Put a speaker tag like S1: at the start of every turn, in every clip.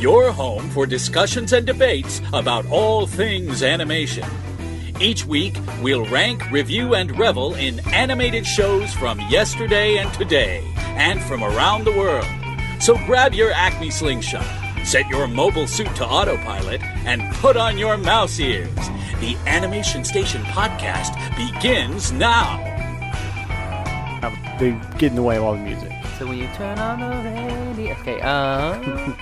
S1: your home for discussions and debates about all things animation. Each week, we'll rank, review, and revel in animated shows from yesterday and today, and from around the world. So grab your Acme Slingshot, set your mobile suit to autopilot, and put on your mouse ears. The Animation Station Podcast begins now.
S2: Um, they get in the way of all the music.
S3: So when you turn on the radio, okay. Uh,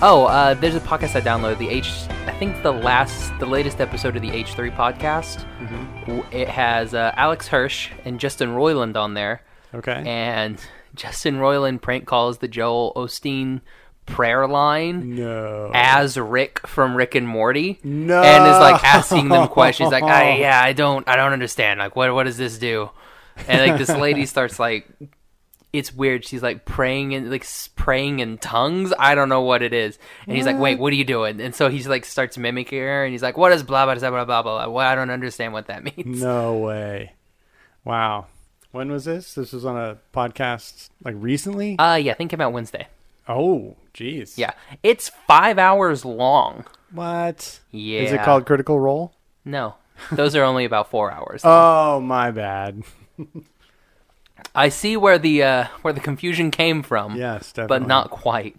S3: oh, uh, there's a podcast I downloaded. The H, I think the last, the latest episode of the H3 podcast.
S2: Mm-hmm.
S3: W It has uh, Alex Hirsch and Justin Roiland on there,
S2: Okay.
S3: and Justin Roiland prank calls the Joel Osteen prayer line.
S2: no.
S3: As Rick from Rick and Morty,
S2: No.
S3: and is like asking them questions, like, I, "Yeah, I don't, I don't understand. Like, what, what does this do?" And like this lady starts like it's weird. She's like praying and like s- praying in tongues. I don't know what it is. And he's like, "Wait, what are you doing?" And so he's like starts mimicking her, and he's like, "What is blah blah blah blah blah blah?" Well, I don't understand what that means.
S2: no way. Wow. When was this? This was on a podcast like recently.
S3: Uh, yeah, I think about Wednesday.
S2: oh, jeez.
S3: Yeah, it's five hours long.
S2: What? Is it
S3: Yeah.
S2: called Critical Role?
S3: No, those are only about four hours.
S2: Oh, my bad.
S3: I see where the uh, where the confusion came from.
S2: Yes,
S3: but
S2: definitely.
S3: not quite.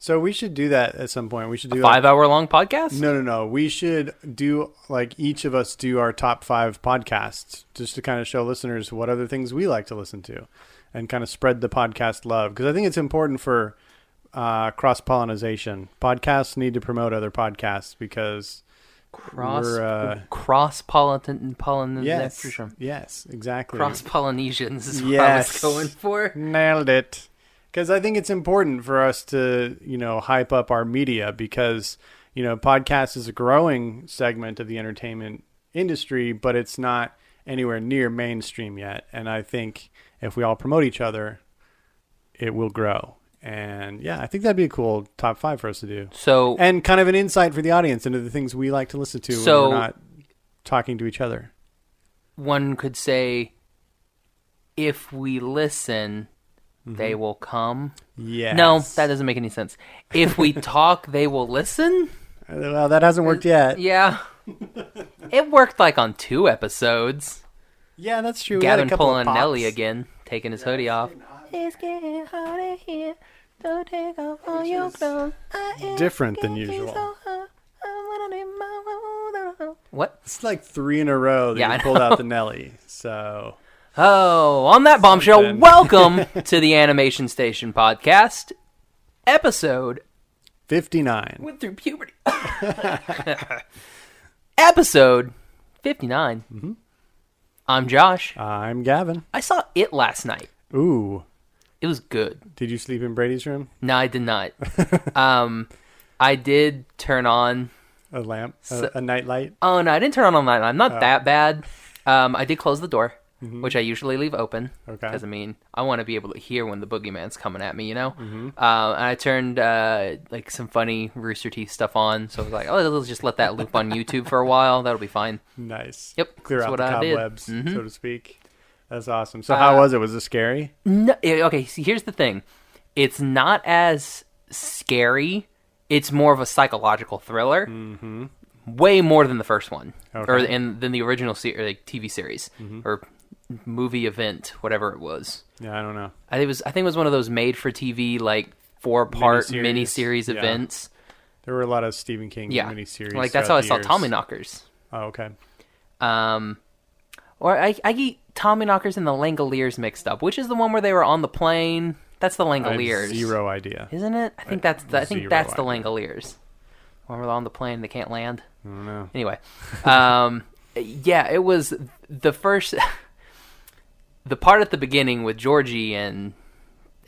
S2: So we should do that at some point. We should do
S3: Five
S2: like-
S3: hour long podcast.
S2: No, no, no. We should do like each of us do our top five podcasts just to kind of show listeners what other things we like to listen to and kind of spread the podcast love. Because I think it's important for uh, cross pollination. Podcasts need to promote other podcasts because,
S3: cross
S2: we're, uh,
S3: cross pollen pollen.
S2: yes, yes, exactly.
S3: Cross Polynesians is what
S2: Yes.
S3: I was going for.
S2: Nailed it. Because I think it's important for us to, you know, hype up our media because, you know, podcast is a growing segment of the entertainment industry, but it's not anywhere near mainstream yet. And I think if we all promote each other, it will grow. And yeah, I think that'd be a cool top five for us to do.
S3: So
S2: And kind of an insight for the audience into the things we like to listen to
S3: So-
S2: when we're not talking to each other.
S3: one could say, if we listen,
S2: Mm-hmm.
S3: they will come.
S2: Yeah.
S3: No, that doesn't make any sense. If we talk, they will listen.
S2: well, that hasn't worked yet.
S3: Yeah, it worked like on two episodes.
S2: Yeah, that's true. We had a
S3: Gavin
S2: couple of
S3: pulling
S2: pops.
S3: Nelly again, taking his hoodie off.
S2: different than usual.
S3: What?
S2: It's like three in a row that
S3: Yeah,
S2: you
S3: I
S2: pulled out the Nelly. So
S3: Oh, on that bombshell,
S2: Something.
S3: welcome to the Animation Station podcast, episode
S2: fifty nine.
S3: went through puberty. Episode 59. I'm Josh.
S2: I'm Gavin.
S3: I saw it last night.
S2: Ooh,
S3: It was good.
S2: did you sleep in Brady's room?
S3: No, I did not. um, I did turn on.
S2: A lamp, a, a nightlight.
S3: Oh, no, I didn't turn on all night. I'm not that bad. Um, I did close the door, which I usually leave open.
S2: Okay.
S3: Because, I mean, I want to be able to hear when the boogeyman's coming at me, you know? Uh, and I turned, uh, like, some funny Rooster Teeth stuff on. So I was like, oh, let's just let that loop on YouTube for a while. That'll be fine.
S2: Nice.
S3: Yep,
S2: Clear
S3: that's
S2: out
S3: what
S2: the
S3: I did. Mm-hmm. Uh,
S2: cobwebs, so to speak. That's awesome. So how was it? Was it scary?
S3: No, eh, okay. See, here's the thing. It's not as scary. It's more of a psychological thriller. Mm-hmm. Way more than the first one, or
S2: Okay. Mm-hmm.
S3: and than the original se- or, like TV series or movie event, whatever it was.
S2: Yeah, I don't know.
S3: I think it was. I think it was one of those made for TV like four part
S2: Miniseries.
S3: mini series
S2: Yeah.
S3: events.
S2: There were a lot of Stephen King
S3: Yeah,
S2: miniseries.
S3: like that's how I
S2: throughout
S3: saw
S2: the
S3: Tommy
S2: years.
S3: Knockers.
S2: Oh, okay.
S3: Um, or I I get Tommy Knockers and the Langoliers mixed up, which is the one where they were on the plane. That's the
S2: I have
S3: Langoliers.
S2: zero idea.
S3: isn't it? I think that's the, I think
S2: zero
S3: that's the
S2: idea.
S3: Langoliers. When we're on the plane, they can't land.
S2: I don't know.
S3: Anyway, um, yeah, it was the first, the part at the beginning with Georgie and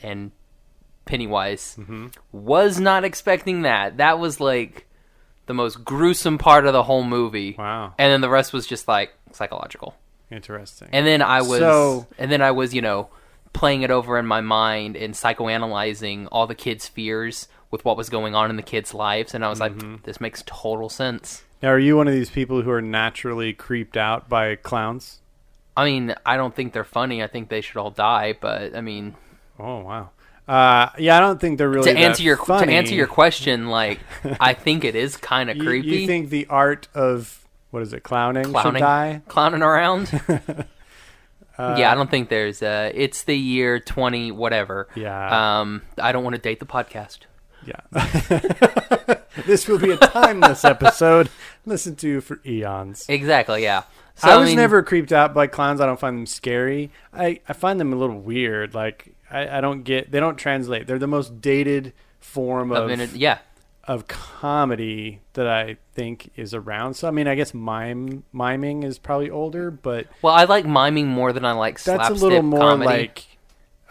S2: Mm-hmm.
S3: and Pennywise was not expecting that. That was like the most gruesome part of the whole movie.
S2: Wow.
S3: And then the rest was just like psychological.
S2: Interesting.
S3: And then I was
S2: So-
S3: and then I was, you know, playing it over in my mind and psychoanalyzing all the kids' fears with what was going on in the kids' lives and I was
S2: Mm-hmm.
S3: like this makes total sense.
S2: now, are you one of these people who are naturally creeped out by clowns?
S3: I mean, I don't think they're funny. I think they should all die, but I mean,
S2: Oh wow. Uh, yeah, I don't think they're really
S3: to answer
S2: that
S3: your
S2: funny.
S3: to answer your question, like I think it is kind of
S2: You-
S3: creepy.
S2: You, think the art of what is it, clowning, should
S3: clowning
S2: die?
S3: clowning around. yeah, I don't think there's. Uh, it's the year twenty whatever.
S2: Yeah.
S3: Um, I don't want to date the podcast.
S2: Yeah. this will be a timeless episode. Listen to for eons.
S3: Exactly. Yeah. So,
S2: I was
S3: mean,
S2: never creeped out by clowns. I don't find them scary. I, I find them a little weird. Like I, I don't get. They don't translate. They're the most dated form
S3: I've
S2: of
S3: been in- yeah.
S2: of comedy that I think is around. So I mean, I guess mime miming is probably older, but
S3: Well, I like miming more than I like
S2: that's
S3: slapstick
S2: a little more
S3: comedy.
S2: like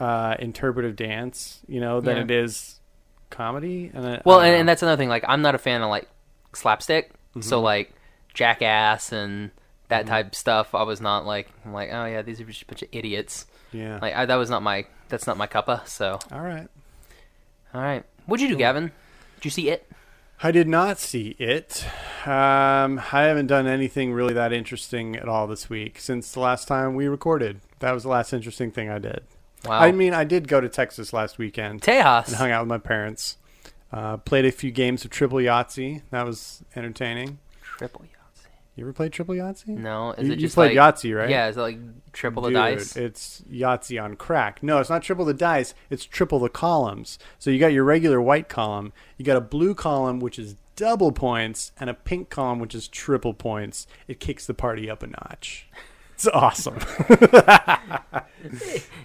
S2: uh, interpretive dance, you know, than
S3: Yeah.
S2: it is comedy. And I,
S3: well,
S2: I don't
S3: and, and
S2: know. Mm-hmm.
S3: that's another thing. Like, I'm not a fan of like slapstick. So like Jackass and that type of stuff. I was not like I'm like oh yeah these are just a bunch of idiots.
S2: yeah.
S3: Like I, that was not my that's not my cuppa. So
S2: All right.
S3: all right, what'd you do, Gavin? Did you see it?
S2: I did not see it. Um, I haven't done anything really that interesting at all this week since the last time we recorded. That was the last interesting thing I did.
S3: Wow.
S2: I mean, I did go to Texas last weekend and
S3: Tejas.
S2: hung out with my parents. Uh, played a few games of Triple Yahtzee. That was entertaining.
S3: Triple Yahtzee.
S2: You ever played Triple Yahtzee?
S3: No, is
S2: You-
S3: it
S2: you
S3: just
S2: played
S3: like,
S2: Yahtzee, right?
S3: Yeah, is it like triple the
S2: Dude,
S3: dice?
S2: It's Yahtzee on crack. No, it's not triple the dice. It's triple the columns. So you got your regular white column, you got a blue column which is double points, and a pink column which is triple points. It kicks the party up a notch. It's awesome.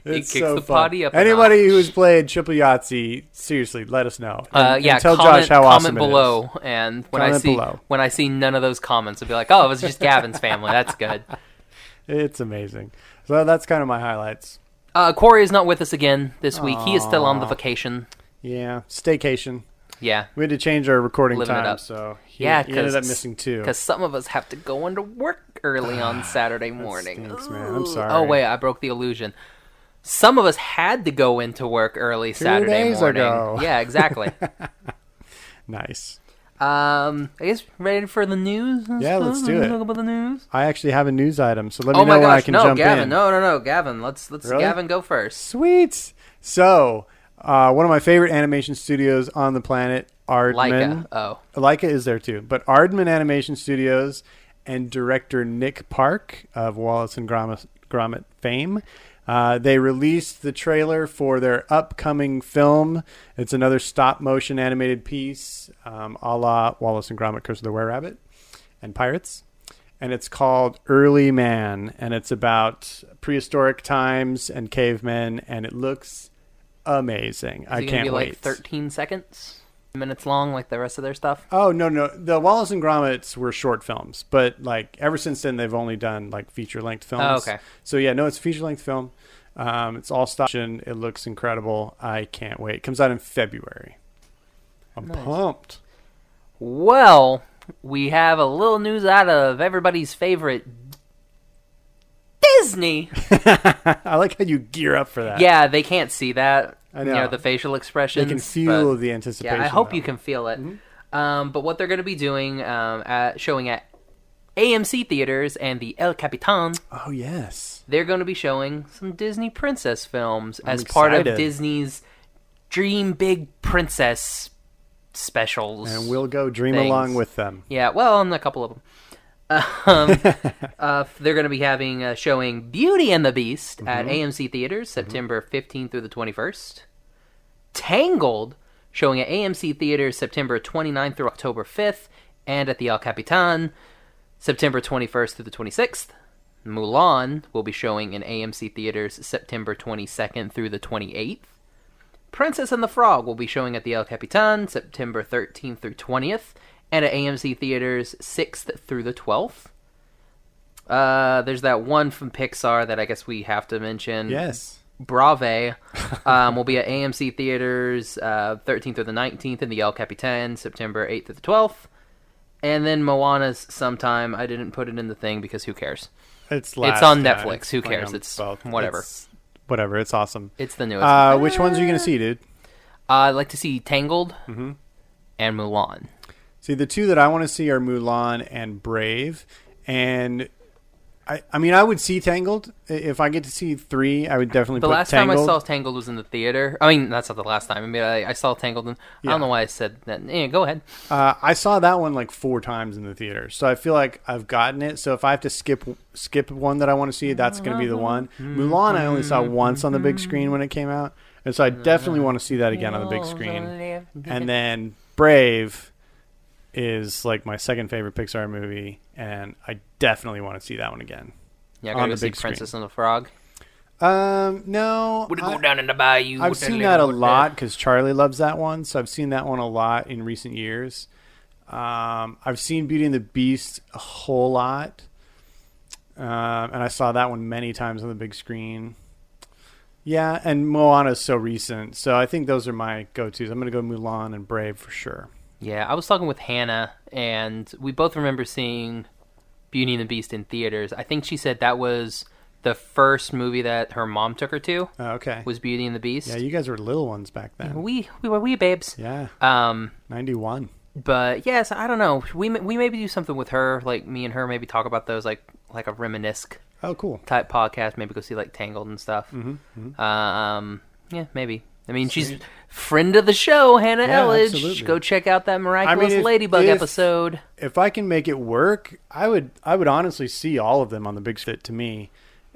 S2: It's
S3: kicks
S2: so
S3: the
S2: fun.
S3: party up a
S2: Anybody
S3: notch.
S2: who's played triple Yahtzee, seriously, let us know. And-
S3: uh,
S2: and
S3: yeah,
S2: tell
S3: comment,
S2: Josh how
S3: comment
S2: awesome it is.
S3: below, and when I
S2: Comment
S3: see
S2: below.
S3: when I see none of those comments, I'll be like, oh, it was just Gavin's family. That's good.
S2: It's amazing. So that's kind of my highlights.
S3: Uh, Corey is not with us again this week. He is still on the vacation.
S2: Yeah, staycation.
S3: Yeah,
S2: We had to change our recording
S3: Living it
S2: time,
S3: up.
S2: so he,
S3: yeah.
S2: he ended up missing two.
S3: because some of us have to go into work early on Saturday morning.
S2: stinks, man. I'm
S3: Ooh.
S2: sorry.
S3: Oh wait, I broke the illusion. Some of us had to go into work early Saturday
S2: days
S3: morning.
S2: ago.
S3: Yeah, exactly.
S2: Nice.
S3: Um, I guess ready for the news. and
S2: Yeah,
S3: stuff?
S2: let's do
S3: Wanna
S2: it.
S3: Talk about the news.
S2: I actually have a news item, so let me
S3: oh
S2: know
S3: my
S2: when I
S3: gosh!
S2: can
S3: No,
S2: jump
S3: Gavin.
S2: in.
S3: No, no, no, Gavin. Let's let's
S2: Really?
S3: Gavin go first.
S2: Sweet. So, uh, one of my favorite animation studios on the planet, Aardman.
S3: Leica. Oh,
S2: Leica is there too, but Aardman Animation Studios and director Nick Park of Wallace and Gromit, Gromit fame. Uh, they released the trailer for their upcoming film. It's another stop motion animated piece, um, a la Wallace and Gromit: Curse of the Were Rabbit and Pirates. And it's called Early Man, and it's about prehistoric times and cavemen, and it looks amazing.
S3: is
S2: I
S3: it gonna
S2: can't
S3: be
S2: wait.
S3: like 13 seconds, minutes long, like the rest of their stuff.
S2: Oh no no the Wallace and Gromits were short films, but like ever since then they've only done like feature length films.
S3: Oh, okay.
S2: So yeah, no, it's a feature length film. Um, it's all stop motion. It looks incredible. I can't wait. It comes out in February. I'm pumped.
S3: Well, we have a little news out of everybody's favorite Disney.
S2: I like how you gear up for that.
S3: yeah, they can't see that.
S2: I know.
S3: You know the facial
S2: You
S3: expressions.
S2: can feel
S3: but-
S2: the Mm-hmm. anticipation.
S3: Yeah, I hope
S2: though.
S3: you can feel it. Um, but what they're going to be doing, um, at, showing at AMC theaters and the El Capitan,
S2: Oh yes.
S3: they're going to be showing some Disney princess films as part of
S2: excited.
S3: Disney's Dream Big Princess specials.
S2: And we'll go dream
S3: Things.
S2: along with them.
S3: yeah, well, and a couple of them. Um, uh, they're going to be having uh, showing Beauty and the Beast
S2: Mm-hmm.
S3: at AMC theaters September 15th through the 21st. Tangled showing at AMC theaters September 29th through October 5th, and at the El Capitan September 21st through the 26th. Mulan will be showing in AMC theaters September 22nd through the 28th. Princess and the Frog will be showing at the El Capitan September 13th through 20th, and at AMC theaters 6th through the 12th. Uh, there's that one from Pixar that I guess we have to mention.
S2: Yes.
S3: Brave um, will be at AMC theaters uh, 13th through the 19th in the El Capitan, September 8th through the 12th. and then Moana's sometime. I didn't put it in the thing because who cares?
S2: It's
S3: It's
S2: last,
S3: on
S2: yeah,
S3: Netflix.
S2: it's
S3: Who
S2: playing
S3: cares?
S2: on
S3: It's
S2: both.
S3: whatever.
S2: It's- whatever. It's awesome.
S3: It's the newest. one.
S2: Uh, which ones are you gonna see, dude?
S3: I'd like to see Tangled
S2: mm-hmm.
S3: and Mulan.
S2: See, the two that I want to see are Mulan and Brave, and I, I mean, I would see Tangled I- if I get to see three. I would definitely.
S3: The
S2: put
S3: last
S2: Tangled.
S3: time I saw Tangled was in the theater. I mean, that's not the last time. I mean, I, I saw Tangled. And, I
S2: Yeah.
S3: don't know why I said that. Yeah, go ahead.
S2: Uh, I saw that one like four times in the theater, so I feel like I've gotten it. So if I have to skip skip one that I want to see, that's going to be the one. Mulan, I only saw once on the big screen when it came out, and so I definitely want to see that again on the big screen. And then Brave is like my second favorite Pixar movie, and I definitely want to see that one again.
S3: Yeah, I
S2: On
S3: gotta go
S2: the
S3: see
S2: big screen.
S3: Princess and the Frog.
S2: Um, no,
S3: Would it
S2: I-
S3: go down in the bayou?
S2: I've
S3: Would it
S2: seen
S3: live
S2: that a
S3: over there?
S2: lot because Charlie loves that one, so I've seen that one a lot in recent years. Um, I've seen Beauty and the Beast a whole lot, um, and I saw that one many times on the big screen. Yeah, and Moana's so recent, so I think those are my go-tos. I'm gonna go Mulan and Brave for sure.
S3: Yeah, I was talking with Hannah, and we both remember seeing Beauty and the Beast in theaters. I think she said that was the first movie that her mom took her to
S2: Uh, okay.
S3: was Beauty and the Beast.
S2: yeah, you guys were little ones back then.
S3: we we were wee babes.
S2: Yeah,
S3: Um,
S2: ninety-one.
S3: but yes, I don't know. We m- we maybe do something with her, like me and her, maybe talk about those, like like a reminisce
S2: Oh, cool.
S3: type podcast. Maybe go see like Tangled and stuff.
S2: Mm-hmm,
S3: Um, yeah, maybe. I mean, she's friend of the show, Hannah
S2: Yeah,
S3: Elledge.
S2: absolutely.
S3: Go check out that miraculous
S2: if-
S3: ladybug
S2: if-
S3: episode.
S2: if I can make it work, I would I would honestly see all of them on the big fit to me,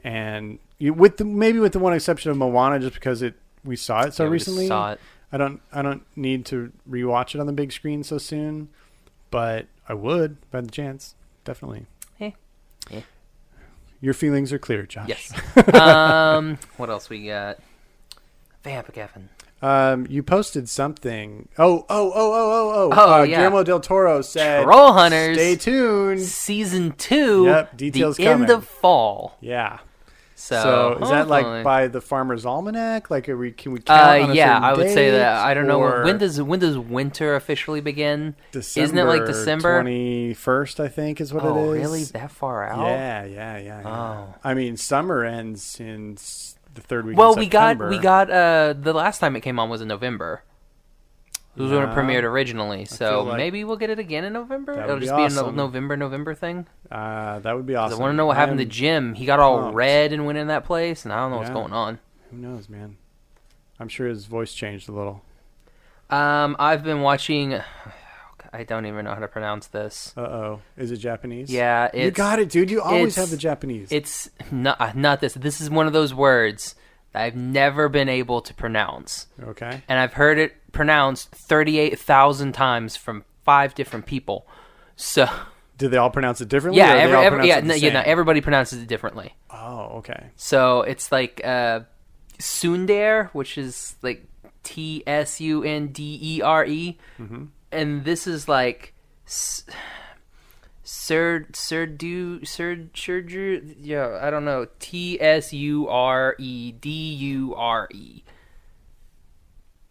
S2: and you, with the, maybe with the one exception of Moana, just because it we saw it so
S3: Yeah, we just
S2: recently.
S3: saw it.
S2: I don't I don't need to rewatch it on the big screen so soon, but I would if I had the chance, definitely.
S3: Eh. Eh.
S2: Your feelings are clear, Josh.
S3: Yes. um, what else we got? Vampagaffin.
S2: Um, you posted something. Oh, oh, oh, oh, oh, oh.
S3: Oh,
S2: uh,
S3: yeah.
S2: Guillermo del Toro said,
S3: Troll Hunters.
S2: Stay tuned."
S3: Season two.
S2: Yep, details
S3: the end
S2: coming.
S3: of fall.
S2: Yeah.
S3: So,
S2: So is that like
S3: hopefully-
S2: by the Farmer's Almanac? Like, are we can we count?
S3: Uh,
S2: on a
S3: yeah,
S2: certain
S3: I would say that.
S2: date?
S3: I don't know
S2: Or
S3: when, when does when does winter officially begin? Isn't it like December?
S2: twenty first? I think is what
S3: oh,
S2: it is.
S3: really? That far out?
S2: Yeah, yeah, yeah. yeah.
S3: Oh.
S2: I mean, summer ends in s- the third week.
S3: Well,
S2: of
S3: we got
S2: September.
S3: we got uh the last time it came on was in November. It was when it
S2: Yeah.
S3: premiered originally, so
S2: feel like
S3: maybe we'll get it again in November.
S2: that would
S3: It'll
S2: be
S3: just be a
S2: awesome.
S3: no- November November thing.
S2: Uh, that would be
S3: 'Cause
S2: awesome.
S3: I want to know what happened
S2: I'm-
S3: to Jim. He got all
S2: pumped.
S3: red and went in that place, and I don't know what's
S2: Yeah.
S3: going on.
S2: Who knows, man? I'm sure his voice changed a little.
S3: Um, I've been watching. I don't even know how to pronounce this.
S2: Uh oh, is it Japanese?
S3: Yeah, it's,
S2: you got it, dude. You always
S3: it's-
S2: have the Japanese.
S3: It's not not this. This is one of those words that I've never been able to pronounce,
S2: okay.
S3: and I've heard it pronounced thirty-eight thousand times from five different people. So
S2: Do they all pronounce it differently?
S3: yeah,
S2: or they
S3: every,
S2: all
S3: every,
S2: pronounce
S3: yeah,
S2: it the
S3: no, you know,
S2: same?
S3: everybody pronounces it differently.
S2: Oh, okay.
S3: So it's like uh, Sundare, which is like T S U N D E R E,
S2: Mm-hmm.
S3: and this is like S- Sir Sir Do Sir Surger. Yeah, I don't know. T S U R E D U R E.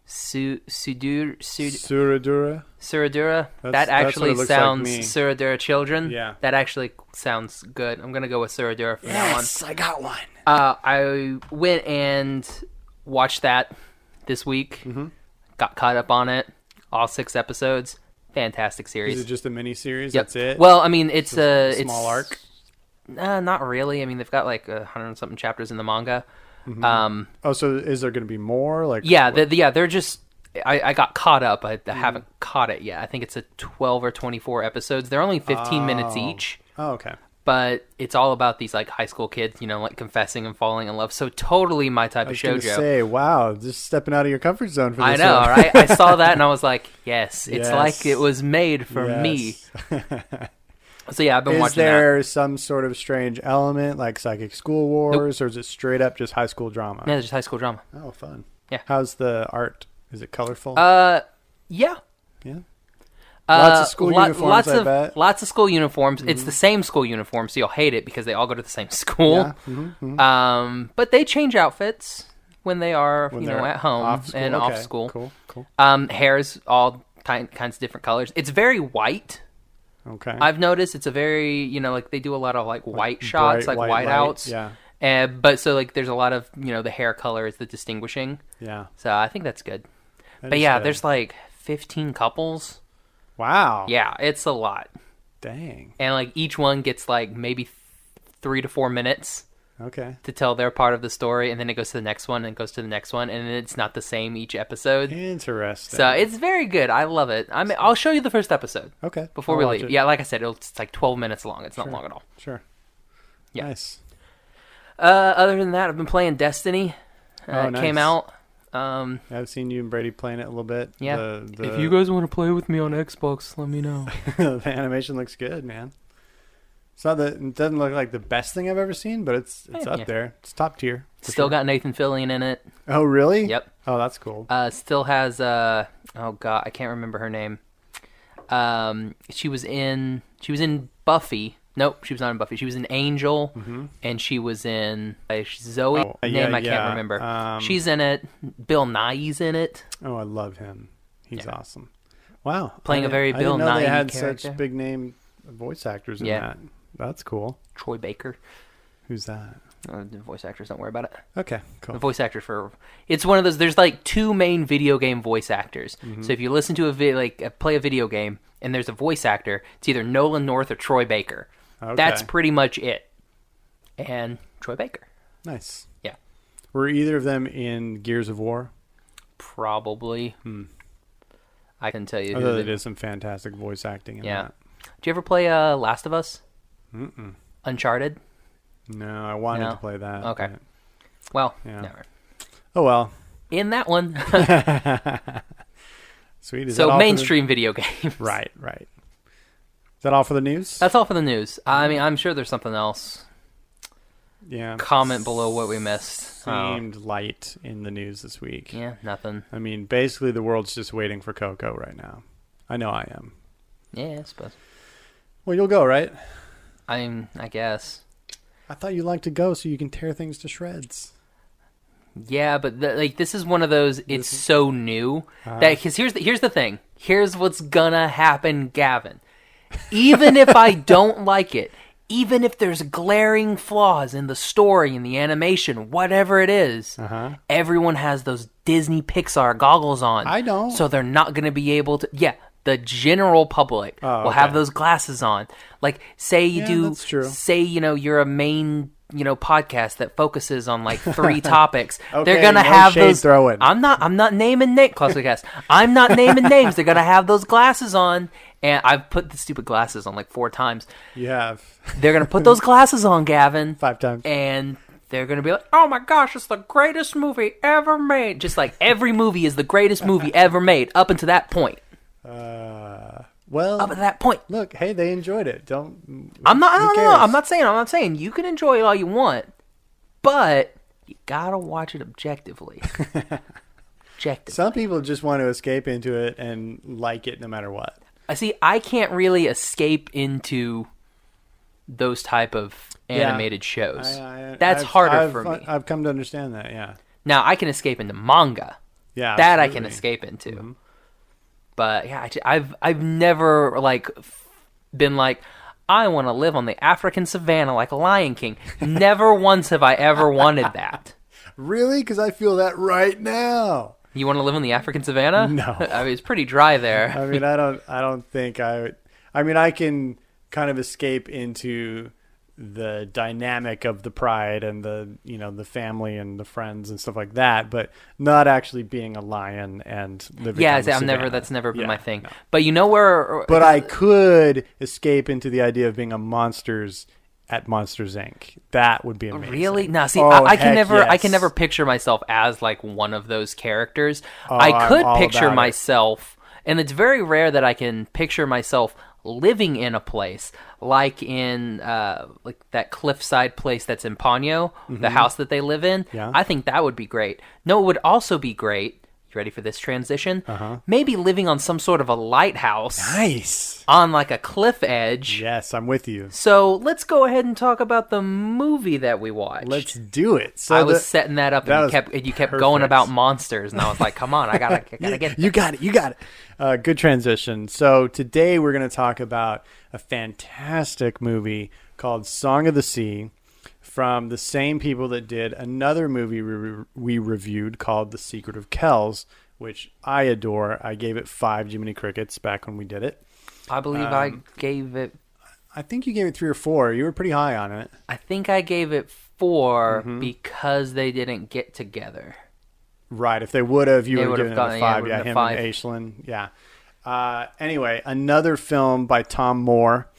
S3: Su Sudur Sud
S2: Suradura.
S3: Suradura.
S2: that's
S3: That
S2: what it
S3: actually
S2: looks like
S3: sounds
S2: me.
S3: Suradura children.
S2: Yeah.
S3: That actually sounds good. I'm gonna go with Suradura from now on.
S2: I got one.
S3: Uh, I went and watched that this week.
S2: Mm-hmm.
S3: Got caught up on it. All six episodes. Fantastic series.
S2: Is it just a mini series?
S3: Yep.
S2: That's it.
S3: Well, I mean, it's a it's,
S2: small arc.
S3: Uh, not really. I mean, they've got like a hundred and something chapters in the manga. Um,
S2: Oh, so is there going to be more? Like
S3: yeah, the, the- yeah, they're just. I, I got caught up. I,
S2: Mm-hmm.
S3: I haven't caught it yet. I think it's a twelve or twenty-four episodes. They're only fifteen minutes each.
S2: Oh, okay.
S3: But it's all about these like high school kids, you know, like confessing and falling in love. So totally my type
S2: I
S3: of
S2: was going
S3: shoujo.
S2: to say, wow, just stepping out of your comfort zone for this.
S3: I know,
S2: one.
S3: right? I saw that and I was like, yes, it's
S2: Yes.
S3: like it was made for me.
S2: Yes.
S3: So yeah, I've been
S2: Is
S3: watching
S2: there some sort of strange element like psychic school wars, or is it straight up just high school drama?
S3: that. Yeah, just high school drama.
S2: Oh, fun.
S3: Yeah.
S2: How's the art? Is it colorful?
S3: Uh, yeah.
S2: yeah.
S3: Uh,
S2: Lots of school uniforms,
S3: Lots
S2: I
S3: of
S2: bet. Mm-hmm.
S3: lots of school uniforms. It's the same school uniform, so you'll hate it because they all go to the same school.
S2: Yeah, Mm-hmm,
S3: Um, but they change outfits when they are
S2: When
S3: you
S2: they're
S3: know at home
S2: off school?
S3: and off
S2: Okay,
S3: school.
S2: Cool. Cool.
S3: Um, hair is all ti- kinds of different colors. It's very white.
S2: Okay.
S3: I've noticed it's a very you know like they do a lot of like white shots,
S2: Bright
S3: like
S2: white light,
S3: whiteouts.
S2: Yeah.
S3: And but so like there's a lot of you know the hair color is the distinguishing.
S2: Yeah.
S3: So I think that's good.
S2: That
S3: but
S2: is
S3: yeah,
S2: good.
S3: there's like 15 couples.
S2: Wow.
S3: Yeah, it's a lot.
S2: Dang.
S3: And like each one gets like maybe th- 3 to 4 minutes
S2: Okay.
S3: to tell their part of the story and then it goes to the next one and it goes to the next one and then it's not the same each episode.
S2: Interesting.
S3: So it's very good. I love it. I mean, I'll show you the first episode
S2: okay.
S3: before
S2: I'll
S3: we
S2: watch
S3: leave.
S2: it.
S3: Yeah, like I said, it'll- it's like 12 minutes long. It's not
S2: Sure.
S3: long at all.
S2: Sure.
S3: Yeah.
S2: Nice.
S3: Uh, other than that, I've been playing Destiny. Uh,
S2: Oh,
S3: it Came
S2: nice.
S3: out. Um,
S2: I've seen you and Brady playing it a little bit.
S3: Yeah.
S2: The, the,
S3: guys want to play with me on Xbox, let me know.
S2: the animation looks good, man. It's not the. It doesn't look like the best thing I've ever seen, but it's it's
S3: Eh,
S2: up
S3: yeah.
S2: there. It's top tier. for
S3: Still
S2: sure.
S3: got Nathan Fillion in it.
S2: Oh really?
S3: Yep.
S2: Oh, that's cool.
S3: Uh, still has uh oh god, I can't remember her name. Um, she was in she was in Buffy. Nope, she was not in Buffy. She was in Angel, and she was in uh, Zoe.
S2: Mm-hmm. Oh,
S3: name
S2: yeah,
S3: I can't
S2: yeah,
S3: remember.
S2: um,
S3: She's in it. Bill Nye's in it.
S2: Oh, I love him. He's
S3: Yeah.
S2: awesome. Wow.
S3: Playing
S2: I
S3: a
S2: didn't-
S3: very
S2: I
S3: Bill
S2: didn't know they
S3: Nighy
S2: had
S3: character.
S2: such big name voice actors in
S3: Yeah.
S2: that. That's cool.
S3: Troy Baker.
S2: Who's that?
S3: Uh, the voice actors, don't worry about it.
S2: Okay,
S3: The
S2: cool.
S3: voice actor for it's one of those. There's like two main video game voice actors.
S2: Mm-hmm.
S3: So if you listen to a vi- like uh, play a video game and there's a voice actor, it's either Nolan North or Troy Baker. That's
S2: Okay.
S3: pretty much it. And Troy Baker,
S2: Nice.
S3: yeah,
S2: Were either of them in Gears of War?
S3: probably.
S2: Hmm.
S3: I can tell you.
S2: Although
S3: Who
S2: they
S3: the,
S2: did some fantastic voice acting in
S3: yeah.
S2: that.
S3: Did you ever play uh, Last of Us? Mm-mm. Uncharted.
S2: No, I wanted
S3: No.
S2: to play that.
S3: Okay.
S2: but-
S3: Well,
S2: Yeah.
S3: never.
S2: Oh well.
S3: in that one.
S2: Sweet. Is that
S3: so
S2: all for the-
S3: mainstream video games.
S2: Right, right. Is that all for the news?
S3: That's all for the news. I mean, I'm sure there's something else.
S2: yeah.
S3: Comment below what we missed. Oh.
S2: Seemed light in the news this week.
S3: Yeah, nothing.
S2: I mean, basically, the world's just waiting for Coco right now. I know I am.
S3: Yeah, I suppose.
S2: Well, you'll go, right?
S3: I mean, I guess.
S2: I thought you liked to go so you can tear things to shreds.
S3: Yeah, but th like this is one of those. It's so new
S2: Uh-huh.
S3: that because here's the, here's the thing. Here's what's gonna happen, Gavin. Even if I don't like it, even if there's glaring flaws in the story, in the animation, whatever it is,
S2: Uh-huh.
S3: everyone has those Disney Pixar goggles on.
S2: I don't.
S3: So they're not gonna be able to. Yeah. The general public
S2: Oh,
S3: will have
S2: okay.
S3: those glasses on. Like, say you
S2: Yeah,
S3: do
S2: that's true.
S3: say you know you're a main you know podcast that focuses on like three topics they're
S2: Okay,
S3: gonna
S2: no
S3: have
S2: shade
S3: those
S2: throwing.
S3: i'm not i'm not naming name cast i'm not naming names they're gonna have those glasses on and i've put the stupid glasses on like four times
S2: You have
S3: they're gonna put those glasses on gavin
S2: five times.
S3: and they're gonna be like, "Oh my gosh, it's the greatest movie ever made!" Just like every movie is the greatest movie ever made up until that point.
S2: Uh,
S3: Up
S2: well,
S3: at Oh, that point,
S2: look, hey, they enjoyed it. Don't.
S3: I'm not. I
S2: who
S3: don't know.
S2: cares?
S3: I'm not saying. I'm not saying you can enjoy it all you want, but you gotta watch it objectively. objectively.
S2: Some people just want to escape into it and like it no matter what.
S3: I see. I can't really escape into those type of animated shows.
S2: I- I-
S3: That's
S2: I've-
S3: harder
S2: I've- uh,
S3: for me.
S2: I've come to understand that. Yeah.
S3: now I can escape into manga.
S2: Yeah.
S3: that I can
S2: absolutely. Mm-hmm.
S3: escape into. But yeah, I ju- I've I've never like f- been like I want to live on the African savannah like Lion King. never once have I ever wanted that.
S2: Really? Because I feel that right now.
S3: You want to live in the African savannah?
S2: No.
S3: I mean, it's pretty dry there.
S2: I mean, I don't. I don't think I. Would, I mean, I can kind of escape into the dynamic of the pride and the you know the family and the friends and stuff like that, but not actually being a lion and living.
S3: yeah,
S2: on
S3: I say
S2: the
S3: I'm never.
S2: savannah.
S3: That's never been
S2: Yeah,
S3: my thing.
S2: no.
S3: But you know where?
S2: But I could escape into the idea of being a monsters at Monsters Inc. That would be amazing.
S3: really now see.
S2: Oh,
S3: I, I can
S2: heck
S3: never. I can
S2: yes.
S3: never picture myself as like one of those characters.
S2: Oh, I'm
S3: I could
S2: all
S3: picture
S2: about it.
S3: myself, and it's very rare that I can picture myself living in a place like in uh like that cliffside place that's in Ponyo, the house that they live in.
S2: Mm-hmm. Yeah.
S3: I think that would be great. No, it would also be great. You ready for this transition?
S2: Uh-huh.
S3: Maybe living on some sort of a lighthouse
S2: Nice.
S3: on like a cliff edge.
S2: Yes, I'm with you.
S3: So let's go ahead and talk about the movie that we watched.
S2: Let's do it. So
S3: I was
S2: the-
S3: setting that up,
S2: that
S3: and you
S2: was
S3: kept and you kept going
S2: perfect.
S3: about monsters, and I was like, "Come on, I gotta, I gotta get."
S2: you got it. You got it. Uh, good transition. So today we're going to talk about a fantastic movie called Song of the Sea from the same people that did another movie we, we reviewed called The Secret of Kells, which I adore. I gave it five Jiminy Crickets back when we did it.
S3: I believe I gave it.
S2: I think you gave it three or four. You were pretty high on it.
S3: I think I gave it 4
S2: Mm-hmm.
S3: because they didn't get together.
S2: Right. If they would have, you
S3: They
S2: would
S3: would
S2: have
S3: have
S2: given it
S3: gotten-
S2: a
S3: yeah,
S2: five.
S3: would
S2: Yeah,
S3: have been
S2: him
S3: a
S2: and Aislinn. Yeah. Uh, anyway, another film by Tom Moore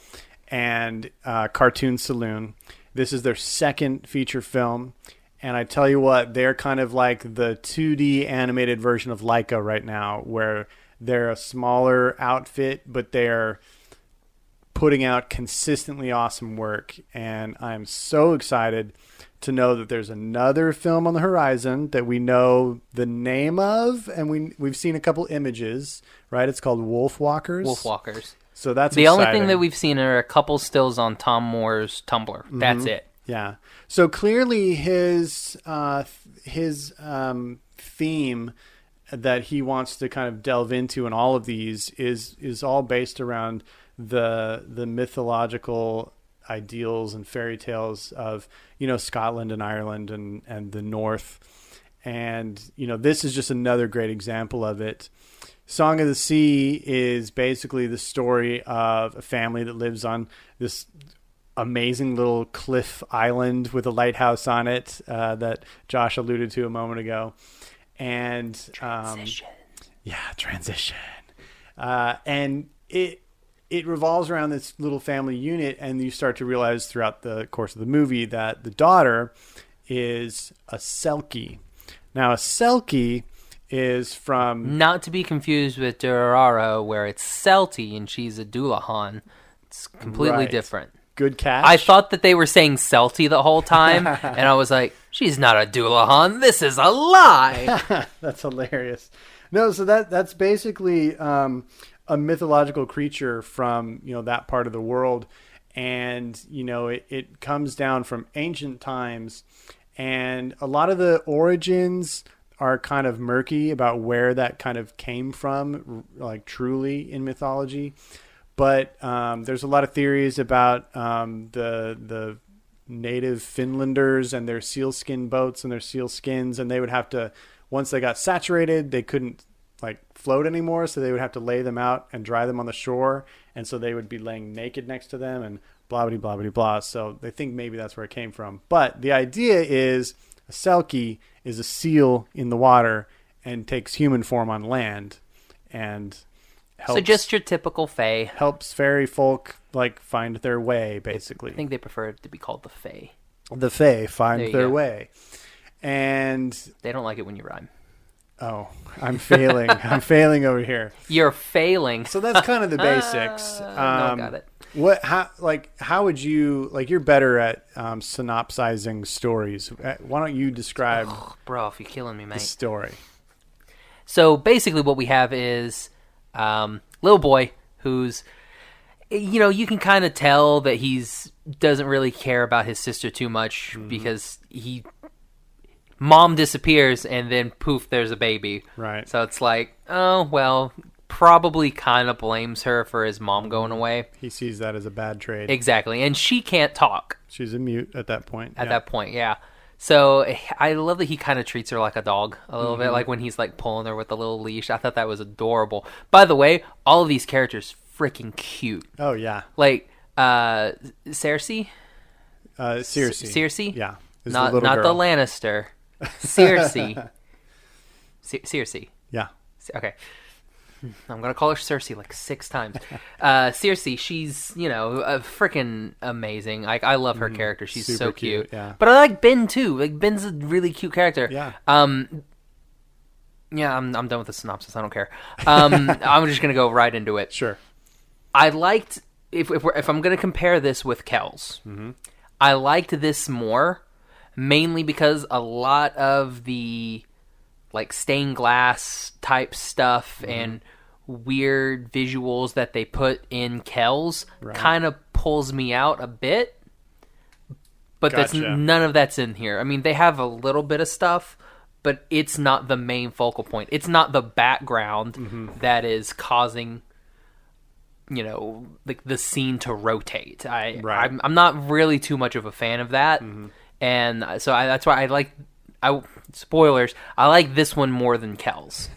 S2: and uh, Cartoon Saloon. This is their second feature film. And I tell you what, they're kind of like the 2D animated version of Leica right now, where they're a smaller outfit, but they're putting out consistently awesome work and I'm so excited to know that there's another film on the horizon that we know the name of and we we've seen a couple images, right? It's called Wolf Walkers.
S3: Wolfwalkers.
S2: So that's
S3: The only
S2: exciting. Mm-hmm.
S3: thing that we've seen are a couple stills on Tom Moore's Tumblr. That's it.
S2: Yeah. So clearly, his uh, th- his um, theme that he wants to kind of delve into in all of these is is all based around the the mythological ideals and fairy tales of you know Scotland and Ireland and and the North, and you know this is just another great example of it. Song of the Sea is basically the story of a family that lives on this amazing little cliff island with a lighthouse on it uh, that Josh alluded to a moment ago. And um, yeah, transition. Uh, and it it revolves around this little family unit, and you start to realize throughout the course of the movie that the daughter is a selkie. Now, a selkie is from
S3: Not to be confused with Durararo, where it's Celti and she's a Dulahan. It's completely
S2: Right.
S3: different.
S2: Good catch.
S3: I thought that they were saying Celti the whole time, and I was like, she's not a Dulahan. This is a lie.
S2: that's hilarious. No, so that that's basically um, a mythological creature from you know that part of the world, and you know it, it comes down from ancient times, and a lot of the origins are kind of murky about where that kind of came from, r- like truly in mythology. But um, there's a lot of theories about um, the the native Finlanders and their sealskin boats and their seal skins, and they would have to once they got saturated, they couldn't like float anymore, so they would have to lay them out and dry them on the shore, and so they would be laying naked next to them and blah blah blah blah blah. So they think maybe that's where it came from. But the idea is a selkie is a seal in the water and takes human form on land, and helps
S3: so just your typical Fae.
S2: helps fairy folk like find their way basically
S3: I think they prefer it to be called the Fae.
S2: the Fae
S3: There
S2: find
S3: you
S2: their
S3: go.
S2: way. And
S3: They don't like it when you rhyme.
S2: oh, I'm failing. I'm failing over here.
S3: You're failing.
S2: So um, that's kind of the basics.
S3: Ah, no, got it.
S2: What? How? Like, how would you? Like, you're better at um, synopsizing stories. Uh, Why don't you describe
S3: Bro, if you're killing me,
S2: the
S3: mate.
S2: story?
S3: So basically, what we have is um, little boy who's, you know, you can kind of tell that he's doesn't really care about his sister too much
S2: Mm-hmm.
S3: because he, mom disappears and then poof, there's a baby.
S2: Right.
S3: So it's like, oh well, probably kind of blames her for his mom going away.
S2: He sees that as a bad trade.
S3: Exactly, and she can't talk
S2: She's a mute at that point.
S3: at that point. Yeah. So I love that he kind of treats her like a dog a little
S2: Mm-hmm.
S3: bit, like when he's like pulling her with the little leash. I thought that was adorable. By the way, all of these characters freaking cute.
S2: Oh yeah.
S3: Like uh Cersei,
S2: Uh, Cersei.
S3: Cersei?
S2: Yeah. is
S3: not
S2: little
S3: not
S2: girl.
S3: the Lannister, Cersei, Ce- Cersei.
S2: Yeah.
S3: Ce- Okay. Hmm, I'm gonna call her Cersei like six times. Uh, Cersei, she's you know uh, freaking amazing. Like I love her character. She's
S2: Mm-hmm. super
S3: so
S2: cute,
S3: cute.
S2: yeah.
S3: But I like Ben too. Like Ben's a really cute character.
S2: Yeah.
S3: Um. Yeah, I'm I'm done with the synopsis. I don't care. Um, I'm just gonna go right into it.
S2: Sure.
S3: I liked if if, we're, if I'm going to compare this with Kells, I liked this more mainly because a lot of the like stained glass type stuff and weird visuals that they put in Kells kind of pulls me out a bit. But
S2: Gotcha.
S3: that's none of that's in here. I mean, they have a little bit of stuff, but it's not the main focal point. It's not the background that is causing you know like the scene to rotate. I
S2: Right.
S3: I'm, I'm not really too much of a fan of that, and uh, so I, that's why I like I spoilers. I like this one more than Kells.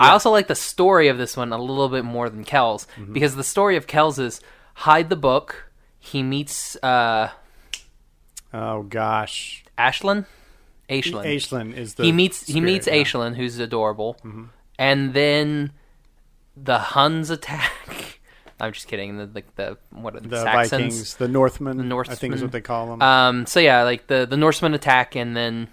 S3: I also like the story of this one a little bit more than Kells because the story of Kells is hide the book. He meets uh,
S2: Oh gosh,
S3: Ashlyn. Ashlyn.
S2: Aislinn is the
S3: he meets he
S2: spirit,
S3: meets
S2: yeah. Mm-hmm.
S3: Aishlin, who's adorable, and then the Huns attack. I'm just kidding. The like the what are the,
S2: the
S3: Saxons?
S2: Vikings, the Northmen. The Northmen. I think is
S3: Northmen.
S2: what they call them.
S3: Um, so yeah, like the the Norsemen attack, and then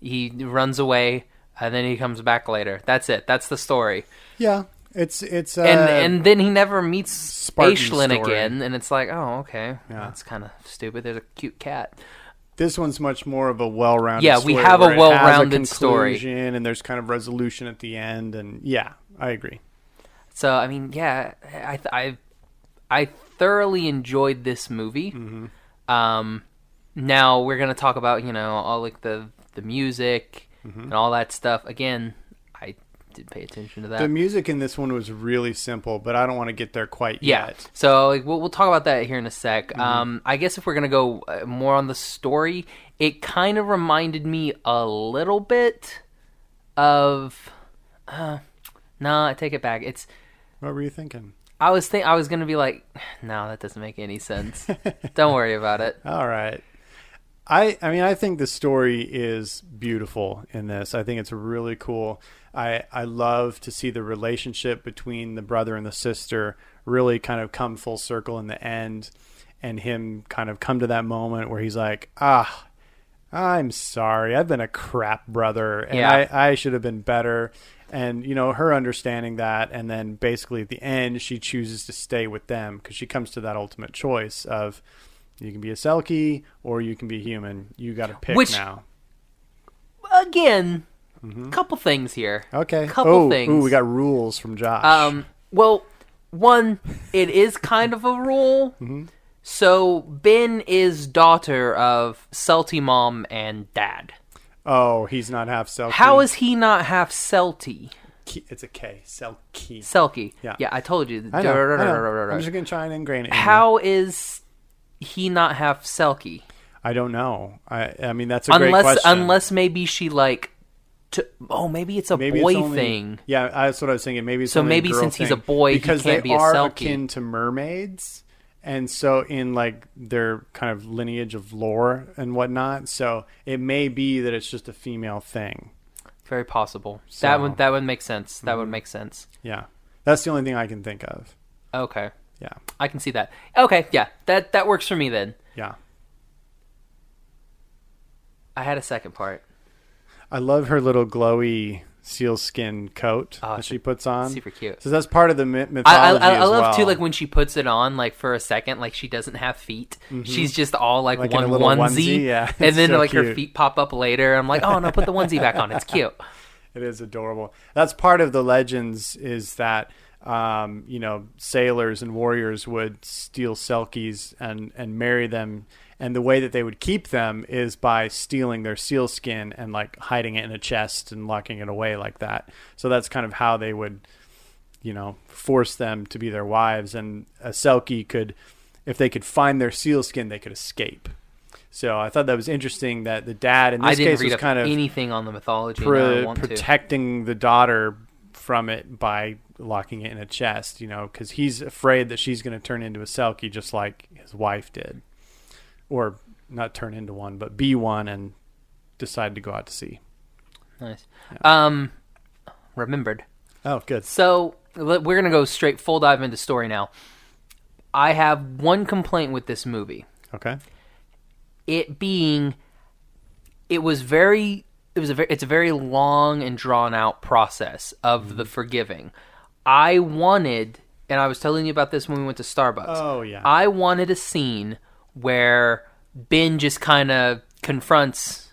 S3: he runs away, and then he comes back later. That's it. That's the story.
S2: yeah, it's it's uh,
S3: And and then he never meets
S2: Spartan
S3: Aishlin
S2: story.
S3: again, and it's like, oh okay, that's kind of stupid. There's a cute cat.
S2: this one's much more of a well-rounded.
S3: Yeah, we
S2: story
S3: have a
S2: where it has
S3: well-rounded story.
S2: conclusion and there's kind of resolution at the end, and yeah, I agree.
S3: So I mean, yeah, I I I thoroughly enjoyed this movie. Um, now we're gonna talk about you know all like the the music and all that stuff. Again, I did pay attention to that.
S2: The music in this one was really simple, but I don't want to get there quite
S3: yeah.
S2: yet.
S3: So like, we'll we'll talk about that here in a sec. Um, I guess if we're gonna go uh, more on the story, it kind of reminded me a little bit of. Uh, no, I take it back. It's
S2: What were you thinking?
S3: I was think I was gonna be like, no, that doesn't make any sense. Don't worry about it.
S2: All right. I I mean I think the story is beautiful in this. I think it's really cool. I I love to see the relationship between the brother and the sister really kind of come full circle in the end and him kind of come to that moment where he's like, "Ah, I'm sorry. I've been a crap brother and
S3: Yeah.
S2: I I should have been better." And you know, her understanding that and then basically at the end she chooses to stay with them because she comes to that ultimate choice of you can be a Selkie or you can be human. You got to pick
S3: Which-
S2: now.
S3: Again, couple things here.
S2: Mm-hmm. Okay.
S3: couple
S2: oh,
S3: things.
S2: Ooh, we got rules from Josh.
S3: Um, well, one, it is kind of a rule.
S2: Mm-hmm.
S3: So Ben is daughter of Celty mom and dad.
S2: oh, he's not half Selkie.
S3: How is he not half Celty?
S2: Ki- it's a K? Selkie.
S3: Selkie.
S2: Yeah.
S3: yeah, I told you.
S2: I know, I know. I'm just gonna try and ingrain it. in you.
S3: How is he not half Selkie?
S2: I don't know. I I mean that's a great
S3: unless
S2: question.
S3: unless maybe she like t oh maybe it's a
S2: maybe
S3: boy
S2: it's only,
S3: thing
S2: Yeah, that's what I was thinking. Maybe it's
S3: So
S2: only a
S3: maybe
S2: girl
S3: since he's
S2: thing.
S3: a boy, he
S2: because
S3: can't
S2: they
S3: be a
S2: are
S3: Selkie.
S2: akin to mermaids, and so in like their kind of lineage of lore and whatnot. So it may be that it's just a female thing.
S3: very possible that
S2: So-
S3: would that would make sense that
S2: Mm-hmm.
S3: would make sense
S2: Yeah, that's the only thing I can think of.
S3: okay
S2: Yeah,
S3: i can see that okay yeah that that works for me then
S2: yeah.
S3: i had a second part
S2: I love her little glowy sealskin coat that
S3: Ah, it's
S2: she puts on.
S3: super cute.
S2: So that's part of the myth-
S3: I,
S2: mythology.
S3: I, I I
S2: as
S3: love too,
S2: well.
S3: like when she puts it on, like for a second, like she doesn't have feet. She's just all like,
S2: Mm-hmm. Like in
S3: one
S2: a little onesie,
S3: onesie,
S2: yeah.
S3: and
S2: It's
S3: then
S2: so
S3: like her
S2: cute.
S3: feet pop up later. I'm like, oh no, put the onesie back on. It's cute.
S2: It is adorable. That's part of the legends is that um, you know sailors and warriors would steal selkies and and marry them, and the way that they would keep them is by stealing their seal skin and like hiding it in a chest and locking it away like that. So that's kind of how they would, you know, force them to be their wives. And a selkie could, if they could find their seal skin, they could escape. So I thought that was interesting that the dad in
S3: I
S2: this
S3: didn't
S2: case
S3: read
S2: was
S3: up
S2: kind of
S3: anything on the mythology. and
S2: pro-
S3: I want to.
S2: protecting the daughter from it by locking it in a chest, you know, because he's afraid that she's going to turn into a Selkie just like his wife did. Or not turn into one, but be one and decide to go out to sea.
S3: Nice. Um, remembered.
S2: Oh, good.
S3: So le- we're gonna go straight full dive into story now. I have one complaint with this movie.
S2: Okay.
S3: It being, it was very, it was a very, it's a very long and drawn out process of the
S2: Mm-hmm.
S3: forgiving. I wanted, and I was telling you about this when we went to Starbucks.
S2: Oh, yeah.
S3: I wanted a scene where Ben just kind of confronts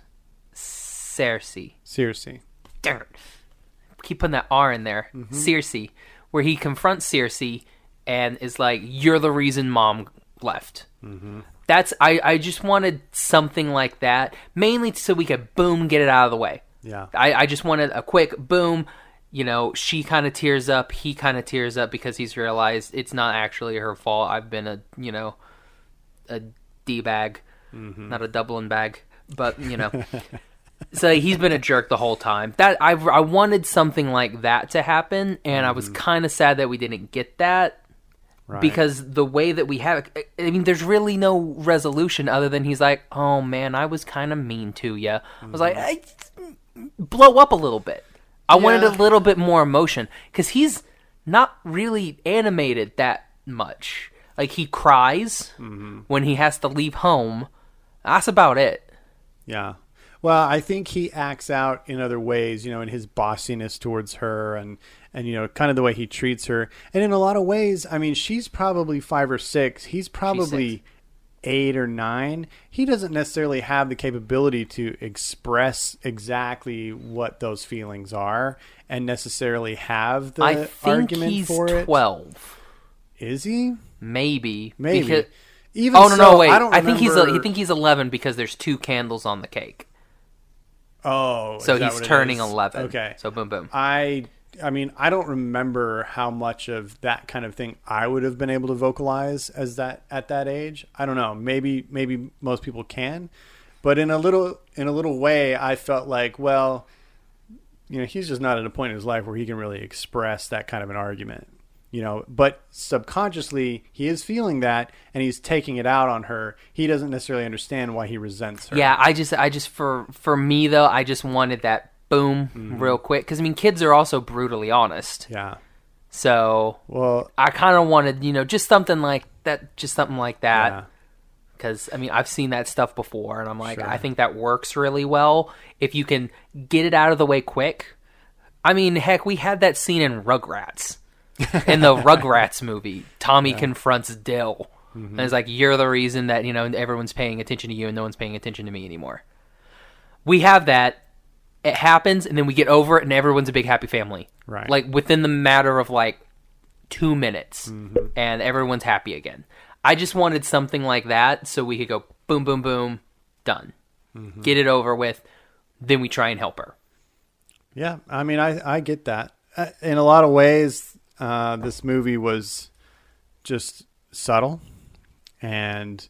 S3: Cersei.
S2: Seriously.
S3: Darn it. Keep putting that R in there. Circe, where he confronts Circe and is like, "You're the reason mom left." That's I. I just wanted something like that, mainly so we could boom get it out of the way.
S2: Yeah.
S3: I, I just wanted a quick boom. You know, she kind of tears up, he kind of tears up because he's realized it's not actually her fault. I've been a, you know, a D bag, not a Dublin bag, but, you know. so he's been a jerk the whole time. That I, I wanted something like that to happen, and I was kind of sad that we didn't get that
S2: Mm-hmm. Right.
S3: because the way that we have it, I mean, there's really no resolution other than he's like, "Oh man, I was kind of mean to you." I
S2: Mm-hmm.
S3: was like, I, "Blow up a little bit." I wanted a
S2: Yeah.
S3: little bit more emotion because he's not really animated that much. Like he cries
S2: Mm-hmm.
S3: when he has to leave home. That's about it.
S2: Yeah. Well, I think he acts out in other ways, you know, in his bossiness towards her and and you know, kind of the way he treats her. And in a lot of ways, I mean, she's probably 5 or 6. He's probably 8 or 9. He doesn't necessarily have the capability to express exactly what those feelings are and necessarily have the
S3: I think
S2: argument
S3: he's
S2: for it.
S3: twelve,
S2: Is he?
S3: maybe.
S2: Maybe.
S3: because-
S2: Even
S3: oh no,
S2: so,
S3: no, wait.
S2: I
S3: I,
S2: don't
S3: think he's. A,
S2: remember-
S3: I think he's eleven because there's two candles on the cake.
S2: Oh,
S3: So
S2: is that
S3: he's
S2: what it
S3: turning
S2: is?
S3: 11.
S2: Okay.
S3: So boom, boom.
S2: I I mean, I don't remember how much of that kind of thing I would have been able to vocalize as that at that age. I don't know. Maybe maybe most people can, but in a little in a little way, I felt like, well, you know, he's just not at a point in his life where he can really express that kind of an argument. You know, but subconsciously he is feeling that and he's taking it out on her. He doesn't necessarily understand why he resents her.
S3: Yeah, I just, I just for for me though, I just wanted that boom real quick because I mean, kids are also brutally honest.
S2: Mm-hmm. Yeah.
S3: So
S2: Well,
S3: I kind of wanted, you know, just something like that, just something like
S2: yeah.
S3: that. Because I mean, I've seen that stuff before, and I'm like, I think that works really well if you can get it out of the way quick. I mean, heck, we had that scene in Rugrats. in the Rugrats movie, Tommy confronts Dill. And it's like, you're the reason that, you know, everyone's paying attention to you and no one's paying attention to me anymore. We have that. It happens, and then we get over it, and everyone's a big happy family.
S2: Right.
S3: Like within the matter of like two minutes, and everyone's happy again. I just wanted something like that so we could go boom, boom, boom, done. Get it over with. Then we try and help her.
S2: Yeah, I mean, I I get that. Uh, In a lot of ways, uh, this movie was just subtle, and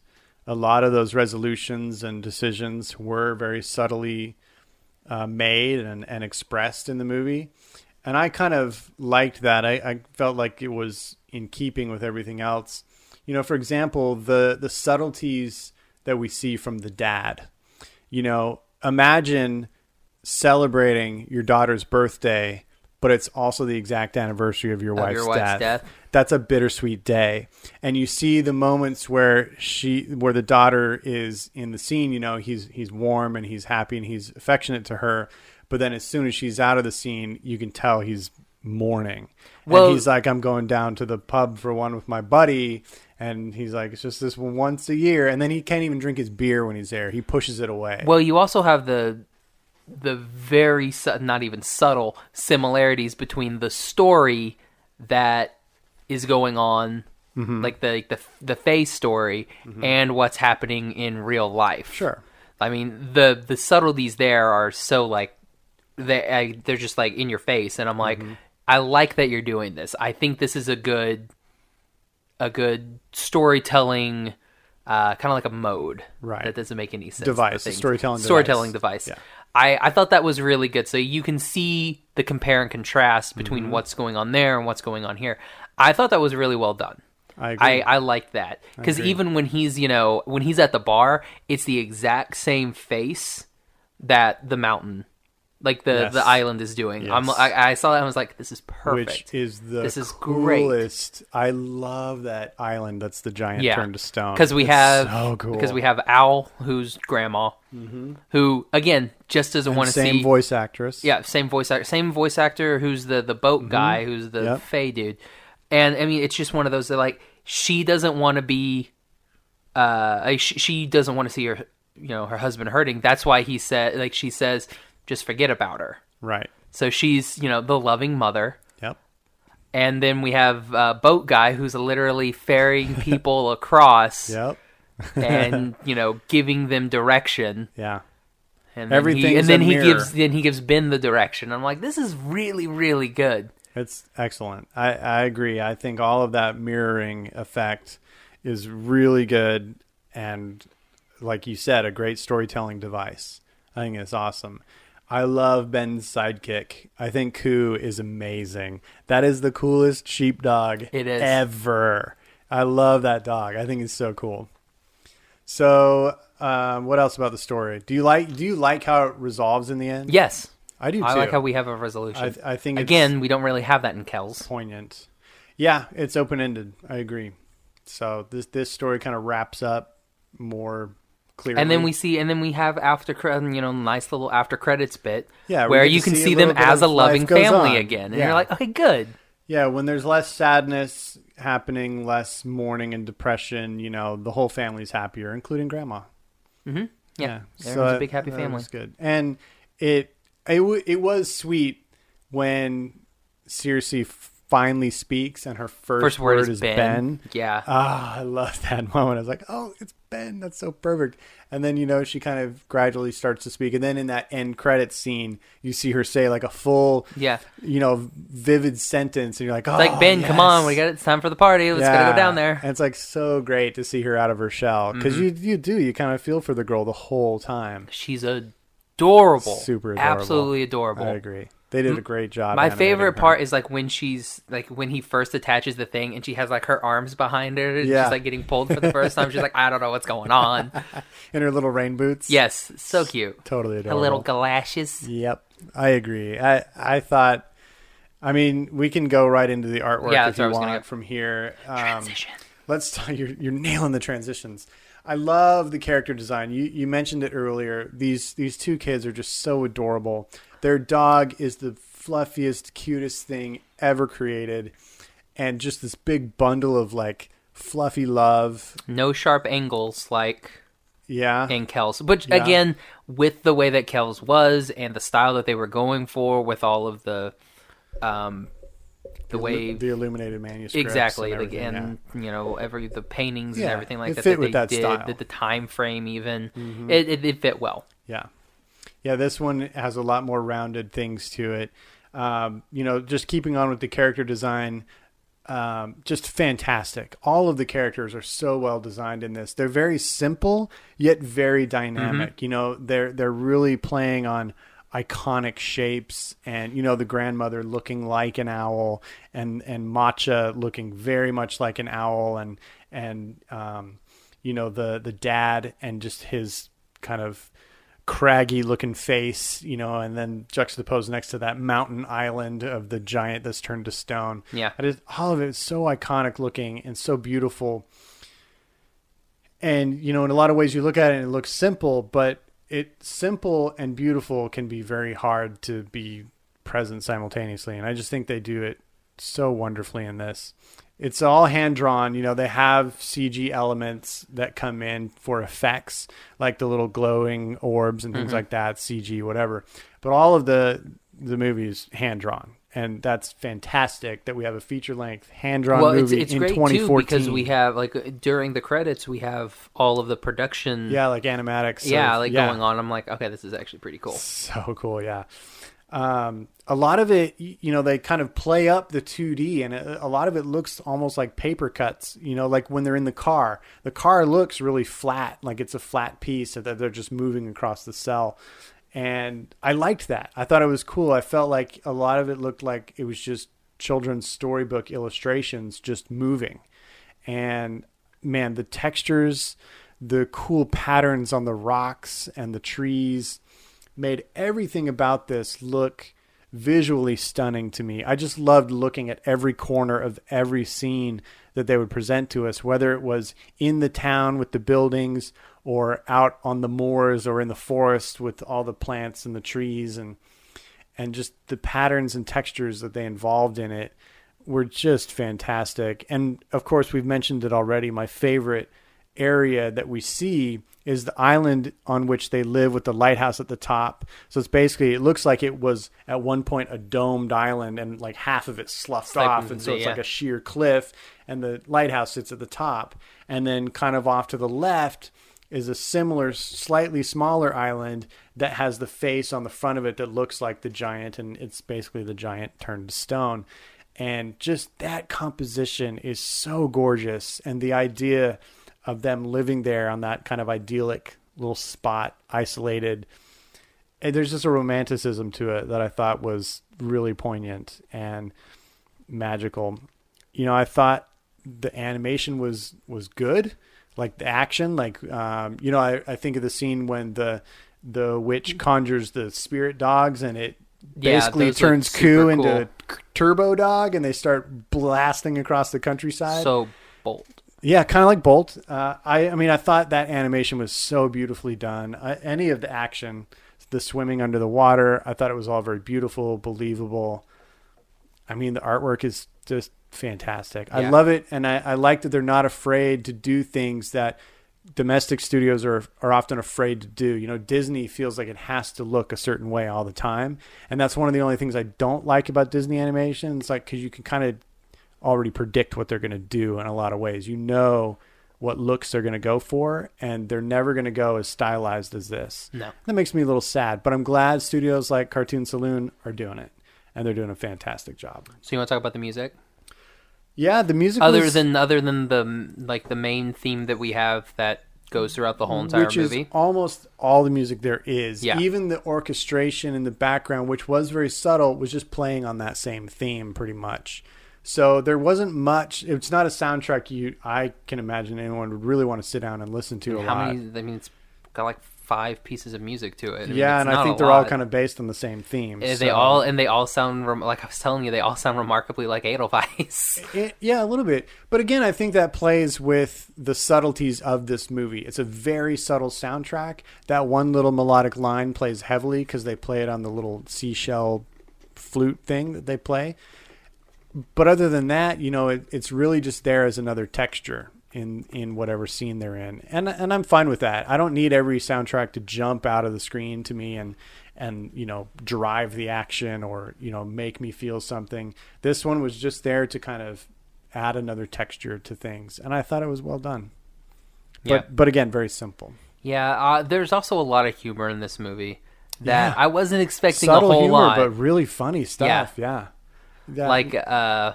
S2: a lot of those resolutions and decisions were very subtly uh, made and, and expressed in the movie. And I kind of liked that. I, I felt like it was in keeping with everything else. You know, for example, the the subtleties that we see from the dad. You know, imagine celebrating your daughter's birthday, but it's also the exact anniversary of your, wife's,
S3: your wife's
S2: death.
S3: death.
S2: That's a bittersweet day. And you see the moments where she where the daughter is in the scene, you know, he's he's warm and he's happy and he's affectionate to her, but then as soon as she's out of the scene, you can tell he's mourning.
S3: Well-
S2: and he's like I'm going down to the pub for one with my buddy and he's like it's just this once a year and then he can't even drink his beer when he's there. He pushes it away.
S3: Well, you also have the the very su- not even subtle similarities between the story that is going on, like the like the the face story, and what's happening in real life.
S2: Sure.
S3: I mean the the subtleties there are so like they I, they're just like in your face, and I'm like,
S2: Mm-hmm.
S3: I like that you're doing this. I think this is a good a good storytelling. Uh, kind of like a mode,
S2: Right.
S3: That doesn't make any sense.
S2: Device, a
S3: the things.
S2: storytelling device.
S3: storytelling device.
S2: Yeah.
S3: I, I thought that was really good. So you can see the compare and contrast
S2: Mm-hmm.
S3: between what's going on there and what's going on here. I thought that was really well done.
S2: I agree.
S3: I, I like that because
S2: agree.
S3: even when he's you know when he's at the bar, it's the exact same face that the mountain, like the
S2: Yes.
S3: the island is doing. I'm
S2: Yes.
S3: I, I saw that and I was like, this is perfect.
S2: Which is the
S3: This is great.
S2: coolest. I love that island. That's the giant turned to stone.
S3: Because we
S2: It's
S3: have
S2: so cool. Mm-hmm.
S3: because we have Owl, who's grandma, who again just doesn't want to
S2: same
S3: see
S2: voice actress.
S3: Yeah, same voice actor, same voice actor who's the the boat guy, who's the
S2: Mm-hmm. Yep.
S3: Fey dude, and I mean it's just one of those that like she doesn't want to be, uh, like, she, she doesn't want to see her, you know, her husband hurting. That's why he said like she says, just forget about her.
S2: Right.
S3: So she's, you know, the loving mother.
S2: Yep.
S3: And then we have uh, Boat Guy, who's literally ferrying people across
S2: Yep.
S3: and, you know, giving them direction.
S2: Yeah.
S3: And then he,
S2: Everything's
S3: and then
S2: a
S3: he
S2: mirror.
S3: gives then he gives Ben the direction. I'm like, this is really, really good.
S2: It's excellent. I, I agree. I think all of that mirroring effect is really good and like you said, a great storytelling device. I think it's awesome. I love Ben's sidekick. I think Koo is amazing. That is the coolest sheepdog
S3: It is.
S2: ever. I love that dog. I think it's so cool. So, um, what else about the story? Do you like? Do you like how it resolves in the end?
S3: Yes.
S2: I do. Too.
S3: I like how we have a resolution.
S2: I, I think it's-
S3: Again, we don't really have that in Kells.
S2: poignant. Yeah, it's open ended. I agree. So this this story kind of wraps up more clearly.
S3: And then we see, and then we have after, cre- um, you know, nice little after credits bit,
S2: Yeah, we
S3: where
S2: get to
S3: you can
S2: see a
S3: see, them
S2: little bit
S3: as a
S2: of life
S3: loving
S2: goes
S3: family
S2: on.
S3: again, and
S2: Yeah.
S3: you're like, okay, good.
S2: yeah when there's less sadness happening, less mourning and depression. You know, the whole family's happier, including grandma.
S3: Yeah,
S2: so
S3: everyone's a
S2: that-
S3: big happy
S2: that
S3: family.
S2: was good, and it it w- it was sweet when Cersei finally speaks, and her first,
S3: First word is
S2: ben.
S3: Ben. Yeah,
S2: Ah, I love that moment. I was like, oh, it's Ben. That's so perfect. And then, you know, she kind of gradually starts to speak. And then in that end credits scene, you see her say like a full,
S3: Yeah.
S2: you know, vivid sentence. And you're like, oh,
S3: like Ben, come on, we
S2: yes."
S3: got it. It's time for the party. Let's gotta
S2: Yeah.
S3: go down there. Mm-hmm.
S2: And it's like so great to see her out of her shell because you, you do, you kind of feel for the girl the whole time.
S3: She's adorable,
S2: Super adorable.
S3: absolutely adorable.
S2: I agree. They did a great job.
S3: My
S2: animating
S3: favorite
S2: her.
S3: part is like when she's like when he first attaches the thing and she has like her arms behind her. And
S2: Yeah.
S3: She's like getting pulled for the first time. She's like, I don't know what's going on.
S2: in her little rain boots.
S3: Yes, so cute.
S2: Totally
S3: Her
S2: adorable.
S3: little galoshes.
S2: Yep, I agree. I I thought, I mean, we can go right into the artwork
S3: Yeah,
S2: if
S3: that's
S2: you
S3: where I was gonna
S2: want
S3: go.
S2: from here. Um,
S3: Transition.
S2: Let's talk. You're, you're nailing the transitions. I love the character design. You you mentioned it earlier. These these two kids are just so adorable. Their dog is the fluffiest, cutest thing ever created, and just this big bundle of like fluffy love.
S3: No sharp angles like
S2: Yeah,
S3: in Kells. But
S2: Yeah.
S3: again, with the way that Kells was and the style that they were going for with all of the um the way
S2: the illuminated manuscript.
S3: exactly
S2: and
S3: like
S2: everything, yeah.
S3: and you know every the paintings
S2: Yeah,
S3: and everything like
S2: it
S3: that
S2: fit
S3: that
S2: with
S3: they
S2: that
S3: did
S2: style. Mm-hmm.
S3: the, the time frame even it, it, it fit well
S2: Yeah. Yeah, this one has a lot more rounded things to it. Um, you know, just keeping on with the character design, um, just fantastic. All of the characters are so well designed in this. They're very simple yet very dynamic. You know, they're they're really playing on iconic shapes and you know the grandmother looking like an owl and and matcha looking very much like an owl and and um you know the the dad and just his kind of craggy looking face, you know, and then juxtaposed next to that mountain island of the giant that's turned to stone.
S3: Yeah.
S2: I just, all of it is so iconic looking and so beautiful. And, you know, in a lot of ways you look at it and it looks simple, but it simple and beautiful can be very hard to be present simultaneously. And I just think they do it so wonderfully in this. It's all hand drawn, you know, they have CG elements that come in for effects, like the little glowing orbs and things
S3: Mm-hmm.
S2: like that, CG, whatever. But all of the the movie is hand drawn. And that's fantastic that we have a feature length hand drawn
S3: well it's,
S2: movie
S3: it's
S2: in
S3: great too
S2: 2014.
S3: because we have like during the credits we have all of the production
S2: yeah, like animatics. of-
S3: yeah like going on i'm like okay this is actually pretty cool
S2: So cool, yeah. Um, a lot of it, y- you know, they kind of play up the 2D, and a, a lot of it looks almost like paper cuts. You know, like when they're in the car, the car looks really flat, like it's a flat piece that they're just moving across the cell. And I liked that. I thought it was cool. I felt like a lot of it looked like it was just children's storybook illustrations just moving and man the textures the cool patterns on the rocks and the trees made everything about this look visually stunning to me i just loved looking at every corner of every scene that they would present to us whether it was in the town with the buildings or out on the moors or in the forest with all the plants and the trees and and just the patterns and textures that they involved in it were just fantastic. And of course, we've mentioned it already. My favorite area that we see is the island on which they live with the lighthouse at the top. So it's basically it looks like it was at one point a domed island and like half of it sloughed
S3: like-
S2: off and so it's
S3: yeah.
S2: like a sheer cliff and the lighthouse sits at the top and then kind of off to the left is a similar slightly smaller island that has the face on the front of it that looks like the giant and it's basically the giant turned to stone and just that composition is so gorgeous and the idea of them living there on that kind of idyllic little spot isolated and there's just a romanticism to it that I thought was really poignant and magical. You know, I thought the animation was was good, like the action, like um, you know, I, I think of the scene when the the witch conjures the spirit dogs and it
S3: Yeah,
S2: basically
S3: those look
S2: turns Ku
S3: super
S2: into Turbo Dog and they start blasting across the countryside.
S3: So bold.
S2: Yeah, kind of like Bolt. Uh, I, I mean, I thought that animation was so beautifully done. I, any of the action, the swimming under the water, I thought it was all very beautiful, believable. I mean, the artwork is just fantastic. I
S3: Yeah.
S2: love it, and I, I like that they're not afraid to do things that domestic studios are are often afraid to do. You know, Disney feels like it has to look a certain way all the time, and that's one of the only things I don't like about Disney animation. It's like because you can kind of already predict what they're going to do in a lot of ways. You know what looks they're going to go for, and they're never going to go as stylized as this.
S3: No.
S2: That makes me a little sad, but I'm glad studios like Cartoon Saloon are doing it, and they're doing a fantastic job.
S3: So you want to talk about the music?
S2: Yeah, the music
S3: Other
S2: was,
S3: than other than the like the main theme that we have that goes throughout the whole entire
S2: which
S3: movie.
S2: is almost all the music there is.
S3: Yeah.
S2: Even the orchestration in the background, which was very subtle, was just playing on that same theme pretty much. So there wasn't much. It's not a soundtrack you I can imagine anyone would really want to sit down and listen to. a
S3: How
S2: lot.
S3: many? I mean, it's got like five pieces of music to it. I mean,
S2: yeah,
S3: it's
S2: and
S3: not
S2: I
S3: a
S2: think they're all
S3: lot.
S2: kind of based on the same theme.
S3: Uh, They
S2: so-
S3: all and they all sound rem- like I was telling you. They all sound remarkably like Edelweiss.
S2: It- Eh, yeah, a little bit. But again, I think that plays with the subtleties of this movie. It's a very subtle soundtrack. That one little melodic line plays heavily because they play it on the little seashell flute thing that they play. But other than that, you know, it, it's really just there as another texture in in whatever scene they're in, and and I'm fine with that. I don't need every soundtrack to jump out of the screen to me and and you know drive the action or you know make me feel something. This one was just there to kind of add another texture to things, and I thought it was well done.
S3: Yeah.
S2: But but again, very simple.
S3: Yeah, uh, there's also a lot of humor in this movie that
S2: Yeah.
S3: I wasn't expecting
S2: Subtle
S3: a whole
S2: humor,
S3: lot.
S2: but really funny stuff. Yeah. That-
S3: Like uh,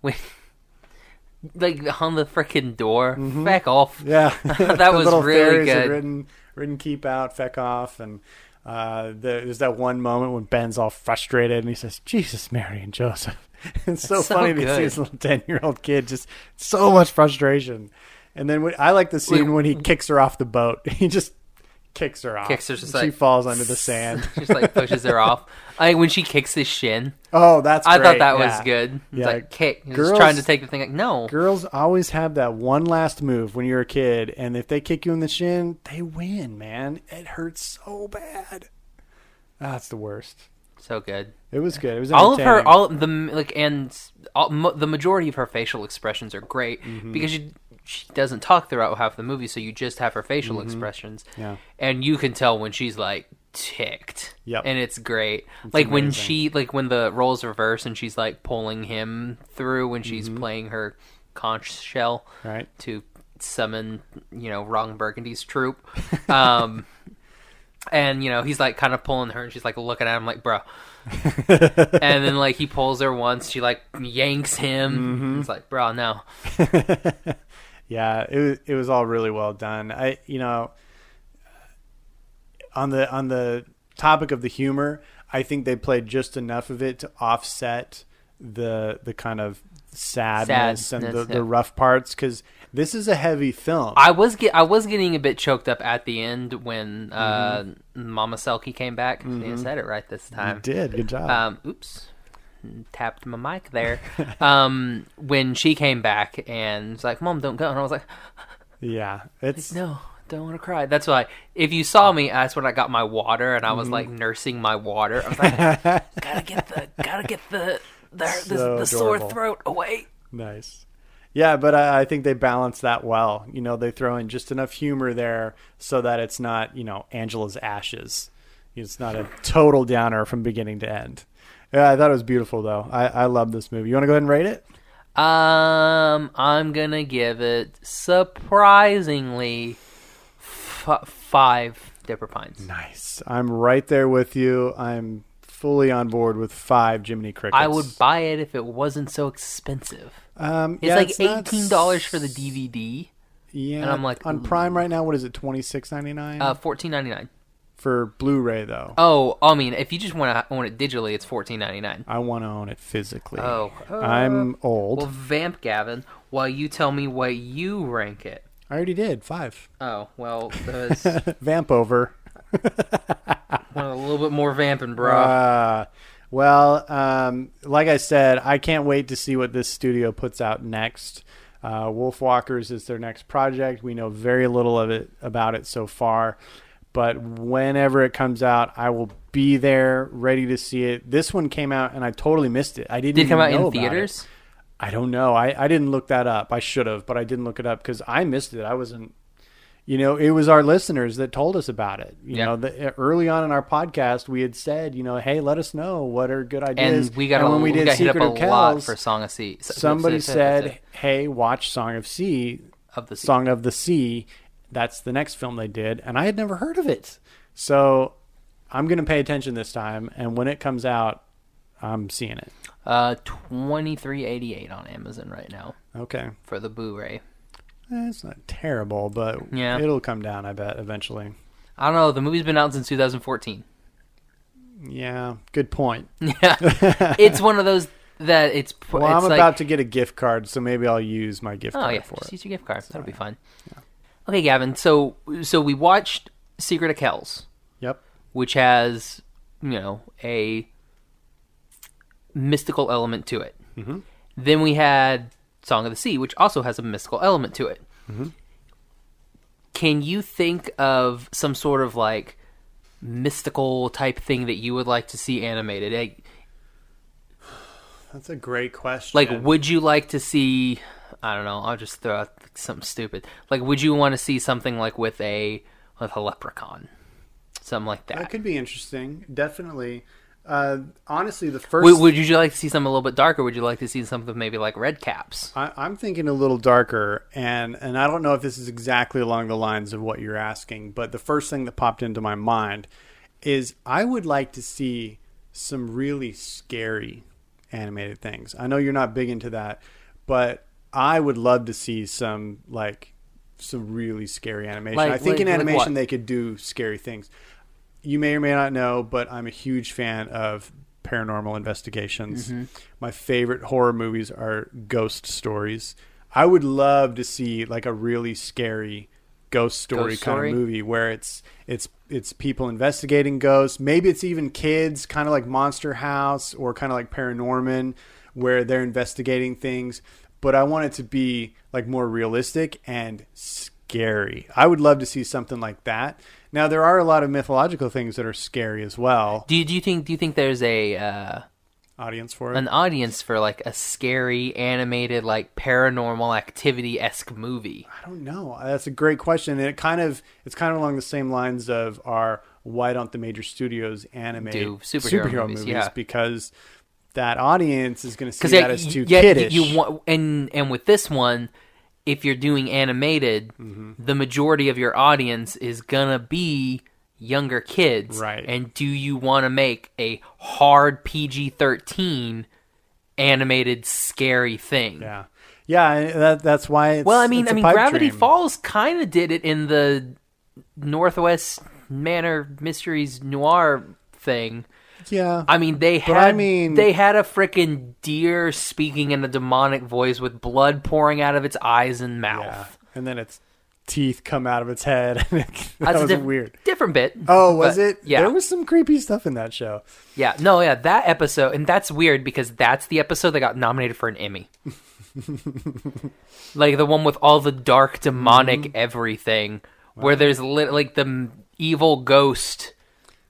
S3: when like on the freaking door, back off.
S2: Mm-hmm. Yeah, The
S3: was
S2: little
S3: really
S2: fairies are
S3: good.
S2: Written, written, keep out, feck off, and uh, there- there's that one moment when Ben's all frustrated and he says, "Jesus, Mary, and Joseph." it's so,
S3: It's so
S2: funny to see
S3: good.
S2: this little ten-year-old kid just so much frustration. And then when, I like the scene
S3: Wait.
S2: when he kicks her off the boat. He just kicks her off.
S3: Kicks her, just
S2: she
S3: like-
S2: falls under the sand.
S3: Just like pushes her off. Like when she kicks his shin,
S2: oh, that's.
S3: I thought
S2: great,
S3: that was
S2: yeah.
S3: good. It's
S2: Yeah.
S3: like kick, He's
S2: Girls-
S3: trying to take the thing. Like no,
S2: Girls always have that one last move when you're a kid, and if they kick you in the shin, they win, man. It hurts so bad. That's the worst.
S3: so good.
S2: It was good. It was
S3: all of her
S2: entertaining.
S3: all of the like and all, mo- the majority of her facial expressions are great
S2: Mm-hmm.
S3: because she she doesn't talk throughout half the movie so you just have her facial expressions
S2: Mm-hmm. Yeah.
S3: and you can tell when she's like ticked
S2: Yep.
S3: and it's great like when she like when the roles reverse and she's like pulling him through when she's playing her conch shell
S2: Right.
S3: to summon you know wrong burgundy's troop um and you know he's like kind of pulling her and she's like looking at him like bro and then like he pulls her once she like yanks him it's like bro no
S2: yeah, it was, it was all really well done. I you know on the on the topic of the humor, I think they played just enough of it to offset the the kind of sadness, and the,
S3: Sadness, yeah.
S2: the rough parts because this is a heavy film.
S3: i was get i was getting a bit choked up at the end when uh mama selkie came back i said it right this
S2: you
S3: time
S2: did good job.
S3: um oops tapped my mic there um when she came back and was like mom don't go and i was like
S2: yeah, it's
S3: No, don't want to cry. That's why. If you saw me, that's when I got my water, and I was
S2: Mm-hmm.
S3: like nursing my water. I was like, gotta get the, gotta get the, the,
S2: So
S3: the, the sore
S2: adorable.
S3: throat away.
S2: Nice. Yeah, but I, I think they balance that well. You know, they throw in just enough humor there so that it's not, you know, Angela's ashes. It's not a total downer from beginning to end. Yeah, I thought it was beautiful though. I, I love this movie. You want to go ahead and rate it?
S3: Um, I'm gonna give it surprisingly f- five Dipper Pines.
S2: Nice. I'm right there with you. I'm fully on board with five Jiminy Crickets.
S3: I would buy it if it wasn't so expensive.
S2: Um,
S3: It's
S2: yeah,
S3: like
S2: not
S3: eighteen dollars for the DVD,
S2: Yeah,
S3: and I'm like,
S2: on
S3: ooh.
S2: Prime right now. What is it? Twenty six ninety nine
S3: uh, fourteen ninety nine.
S2: for Blu-ray though.
S3: Oh, I mean, if you just want to own it digitally, it's fourteen ninety nine.
S2: I want to own it physically.
S3: Oh, uh,
S2: I'm old.
S3: Well, vamp, Gavin, while you tell me what you rank it.
S2: I already did five.
S3: Oh, well, that was
S2: Vamp over.
S3: one a little bit more vamping, bro.
S2: Uh, well, um, like I said, I can't wait to see what this studio puts out next. Uh, Wolfwalkers is their next project. We know very little of it about it so far, but whenever it comes out, I will be there, ready to see it. This one came out, and I totally missed it. I didn't.
S3: Did it come
S2: even
S3: out
S2: know
S3: in
S2: about it.
S3: theaters?
S2: I don't know. I, I didn't look that up. I should have, but I didn't look it up because I missed it. I wasn't, you know, it was our listeners that told us about it. You
S3: Yeah.
S2: know, the, e, early on in our podcast, we had said, you know, hey, let us know what are good ideas.
S3: And we got a,
S2: when
S3: we, got hit up a
S2: Secret of
S3: lot
S2: Kells,
S3: for Song of Sea. S-
S2: somebody
S3: s- s- s-
S2: said, hey, watch Song of Sea,
S3: of the sea.
S2: Song of the Sea. That's the next film they did, and I had never heard of it. So I'm going to pay attention this time, and when it comes out, I'm seeing it.
S3: Uh, twenty three eighty eight on Amazon right now
S2: Okay.
S3: for the Blu-ray.
S2: Eh, It's not terrible, but
S3: Yeah.
S2: it'll come down, I bet, eventually.
S3: I don't know. The movie's been out since 2014.
S2: Yeah, good point.
S3: Yeah, it's one of those that it's. p-
S2: Well, I'm
S3: it's like,
S2: about to get a gift card, so maybe I'll use my gift
S3: Oh
S2: card
S3: yeah,
S2: for
S3: just
S2: it.
S3: use your gift card. That'll be fine. Okay, Gavin. So so we watched Secret of Kells,
S2: Yep.
S3: which has you know a mystical element to it.
S2: Mm-hmm.
S3: Then we had Song of the Sea, which also has a mystical element to it.
S2: Mm-hmm.
S3: Can you think of some sort of like mystical type thing that you would like to see animated? Like,
S2: That's a great question.
S3: Like, would you like to see? I don't know. I'll just throw out something stupid. Like, would you want to see something like with a with a leprechaun, something like that?
S2: that could be interesting. Definitely. Uh, honestly, the first.
S3: would, would you like to see something a little bit darker? Would you like to see something maybe like red caps?
S2: I, I'm thinking a little darker, and and I don't know if this is exactly along the lines of what you're asking, but the first thing that popped into my mind is I would like to see some really scary animated things. I know you're not big into that, but I would love to see some like some really scary animation.
S3: Like-
S2: I think in
S3: like- like
S2: animation
S3: what?
S2: they could do scary things. You may or may not know, but I'm a huge fan of paranormal investigations.
S3: Mm-hmm.
S2: My favorite horror movies are ghost stories. I would love to see like a really scary ghost story
S3: Ghost
S2: kind
S3: story?
S2: of movie where it's it's it's people investigating ghosts. Maybe it's even kids, kind of like Monster House or kind of like Paranorman, where they're investigating things. But I want it to be like more realistic and scary. I would love to see something like that. Now there are a lot of mythological things that are scary as well.
S3: Do you, do you think do you think there's a uh,
S2: Audience for it.
S3: an audience for like a scary animated like paranormal activity esque movie?
S2: I don't know. Uh, That's a great question, and it kind of it's kind of along the same lines of our why don't the major studios animate
S3: Do superhero movies, yeah.
S2: because that audience is going to see
S3: they-
S2: that as too
S3: yeah,
S2: kiddish.
S3: You want and and with this one, if you're doing animated,
S2: Mm-hmm.
S3: the majority of your audience is gonna be younger kids,
S2: Right.
S3: And do you want to make a hard PG thirteen animated scary thing?
S2: yeah, yeah. and That, that's why. It's,
S3: Well, I mean,
S2: it's
S3: I
S2: a
S3: mean,
S2: pipe
S3: Gravity
S2: dream.
S3: Falls kind of did it in the Northwest Manor Mysteries Noir thing.
S2: Yeah,
S3: I mean, they
S2: But
S3: had.
S2: I mean-
S3: they had a freaking deer speaking in a demonic voice with blood pouring out of its eyes and mouth.
S2: yeah. And then its teeth come out of its head. that
S3: That's
S2: was
S3: a diff-
S2: weird.
S3: Different bit.
S2: Oh, was
S3: But,
S2: it?
S3: Yeah,
S2: there was some creepy stuff in that show.
S3: yeah. No, yeah. That episode, and that's weird because that's the episode that got nominated for an Emmy. like the one with all the dark demonic
S2: Mm-hmm.
S3: everything, where there's li- like the m- evil ghost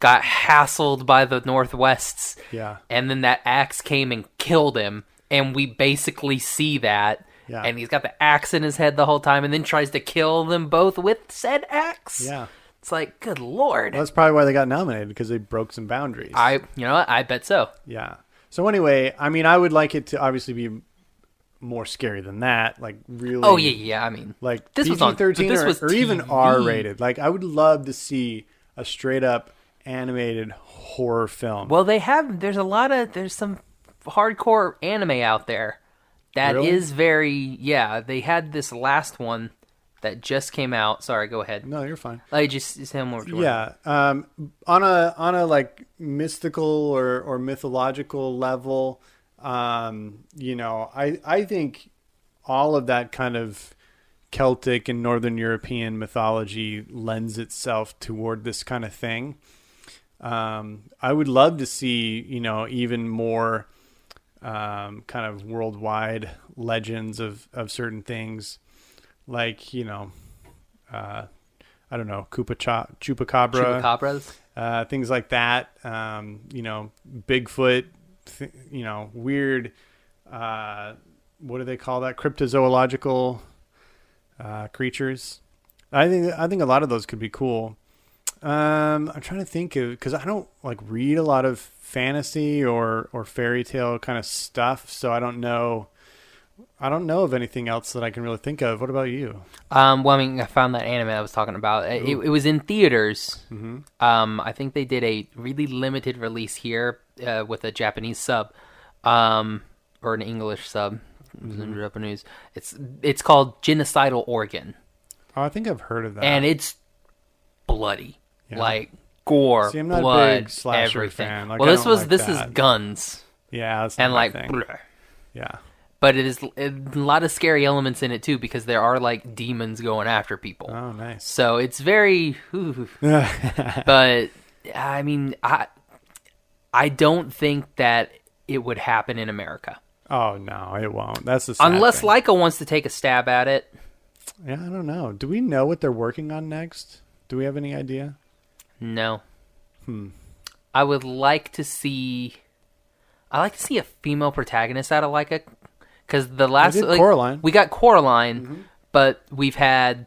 S3: got hassled by the Northwests.
S2: Yeah.
S3: and then that axe came and killed him and we basically see that
S2: Yeah.
S3: and he's got the axe in his head the whole time, and then tries to kill them both with said axe.
S2: Yeah.
S3: it's like good lord.
S2: That's probably why they got nominated because they broke some boundaries.
S3: I you know what? I bet so.
S2: Yeah. So anyway, I mean, I would like it to obviously be more scary than that. Like really.
S3: Oh yeah, yeah. I mean,
S2: Like
S3: This
S2: PG
S3: was on-
S2: thirteen
S3: but this
S2: or,
S3: was
S2: or even
S3: TV.
S2: R rated. Like I would love to see a straight up animated horror film.
S3: well, they have. There's a lot of there's some hardcore anime out there that is
S2: Really?
S3: very yeah. They had this last one that just came out. Sorry, go ahead.
S2: no, you're fine.
S3: I just just him over.
S2: Yeah. Um, on a on a like mystical or or mythological level, um, you know, I I think all of that kind of Celtic and Northern European mythology lends itself toward this kind of thing. Um, I would love to see you know even more um, kind of worldwide legends of of certain things, like you know. Uh, I don't know, Koopa Cha- Chupacabra,
S3: Chupacabras.
S2: uh, things like that. Um, you know, Bigfoot, th- you know, weird. Uh, what do they call that? Cryptozoological uh, creatures. I think I think a lot of those could be cool. Um, I'm trying to think of because I don't like read a lot of fantasy or or fairy tale kind of stuff, so I don't know. I don't know of anything else that I can really think of. What about you?
S3: Um, well, I mean, I found that anime I was talking about. It, it, it was in theaters.
S2: Mm-hmm.
S3: Um, I think they did a really limited release here uh, with a Japanese sub, um, or an English sub. It was
S2: Mm-hmm.
S3: in Japanese. It's it's called Genocidal Organ,
S2: Oh, I think I've heard of that.
S3: and it's bloody, like gore,
S2: See, I'm not a
S3: blood,
S2: big slasher
S3: everything.
S2: fan. Like,
S3: well,
S2: I
S3: this
S2: don't
S3: was
S2: like
S3: this is
S2: that.
S3: guns
S2: yeah, that's
S3: and
S2: not my
S3: like.
S2: thing.
S3: bleh.
S2: Yeah.
S3: But it is a lot of scary elements in it too, because there are like demons going after people.
S2: Oh, nice.
S3: So it's very, ooh. but I mean, I I don't think that it would happen in America
S2: Oh no, it won't. That's the sad
S3: unless
S2: thing.
S3: Leica wants to take a stab at it.
S2: yeah, I don't know. Do we know what they're working on next? Do we have any idea?
S3: No. Hmm. I would like to see. I like to see a female protagonist out of Leica, because the last
S2: did
S3: like,
S2: Coraline. Mm-hmm.
S3: we got Coraline, but we've had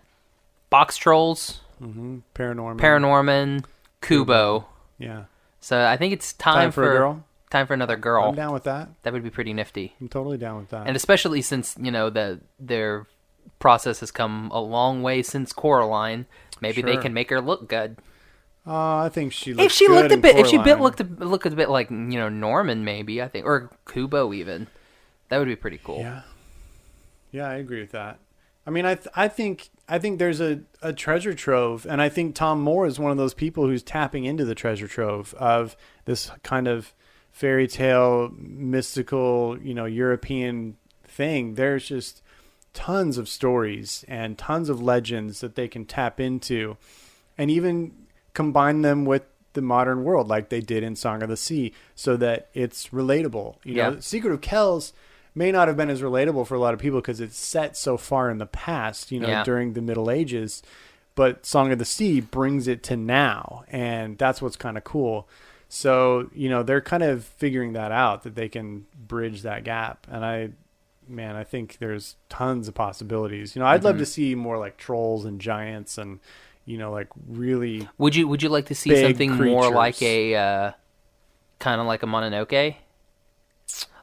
S3: Box Trolls,
S2: Paranormal.
S3: Paranorman, Kubo.
S2: Yeah,
S3: So I think it's time,
S2: for a girl?
S3: Time for another girl.
S2: I'm down with that.
S3: That would be pretty nifty,
S2: I'm totally down with that.
S3: and especially since you know the their process has come a long way since Coraline. Maybe they
S2: Sure.
S3: can make her look good.
S2: oh, I think she.
S3: If
S2: Looks
S3: she
S2: good
S3: looked a
S2: in
S3: bit, if she bit
S2: Coraline.
S3: looked a, looked a bit like you know Norman, maybe I think, or Kubo even, that would be pretty cool.
S2: Yeah. Yeah, I agree with that. I mean, I th- I think I think there's a, a treasure trove, and I think Tom Moore is one of those people who's tapping into the treasure trove of this kind of fairy tale, mystical, you know, European thing. There's just tons of stories and tons of legends that they can tap into, and even combine them with the modern world, like they did in Song of the Sea, so that it's relatable. You know,
S3: Yeah.
S2: Secret of Kells may not have been as relatable for a lot of people because it's set so far in the past, you know,
S3: Yeah.
S2: during the Middle Ages. But Song of the Sea brings it to now, and that's what's kind of cool. So you know they're kind of figuring that out that they can bridge that gap, and I, man, I think there's tons of possibilities. You know, I'd love to see more like trolls and giants, and you know, like really
S3: Would you Would you like to see
S2: Big
S3: something more like
S2: creatures.
S3: a uh, kind of like a Mononoke,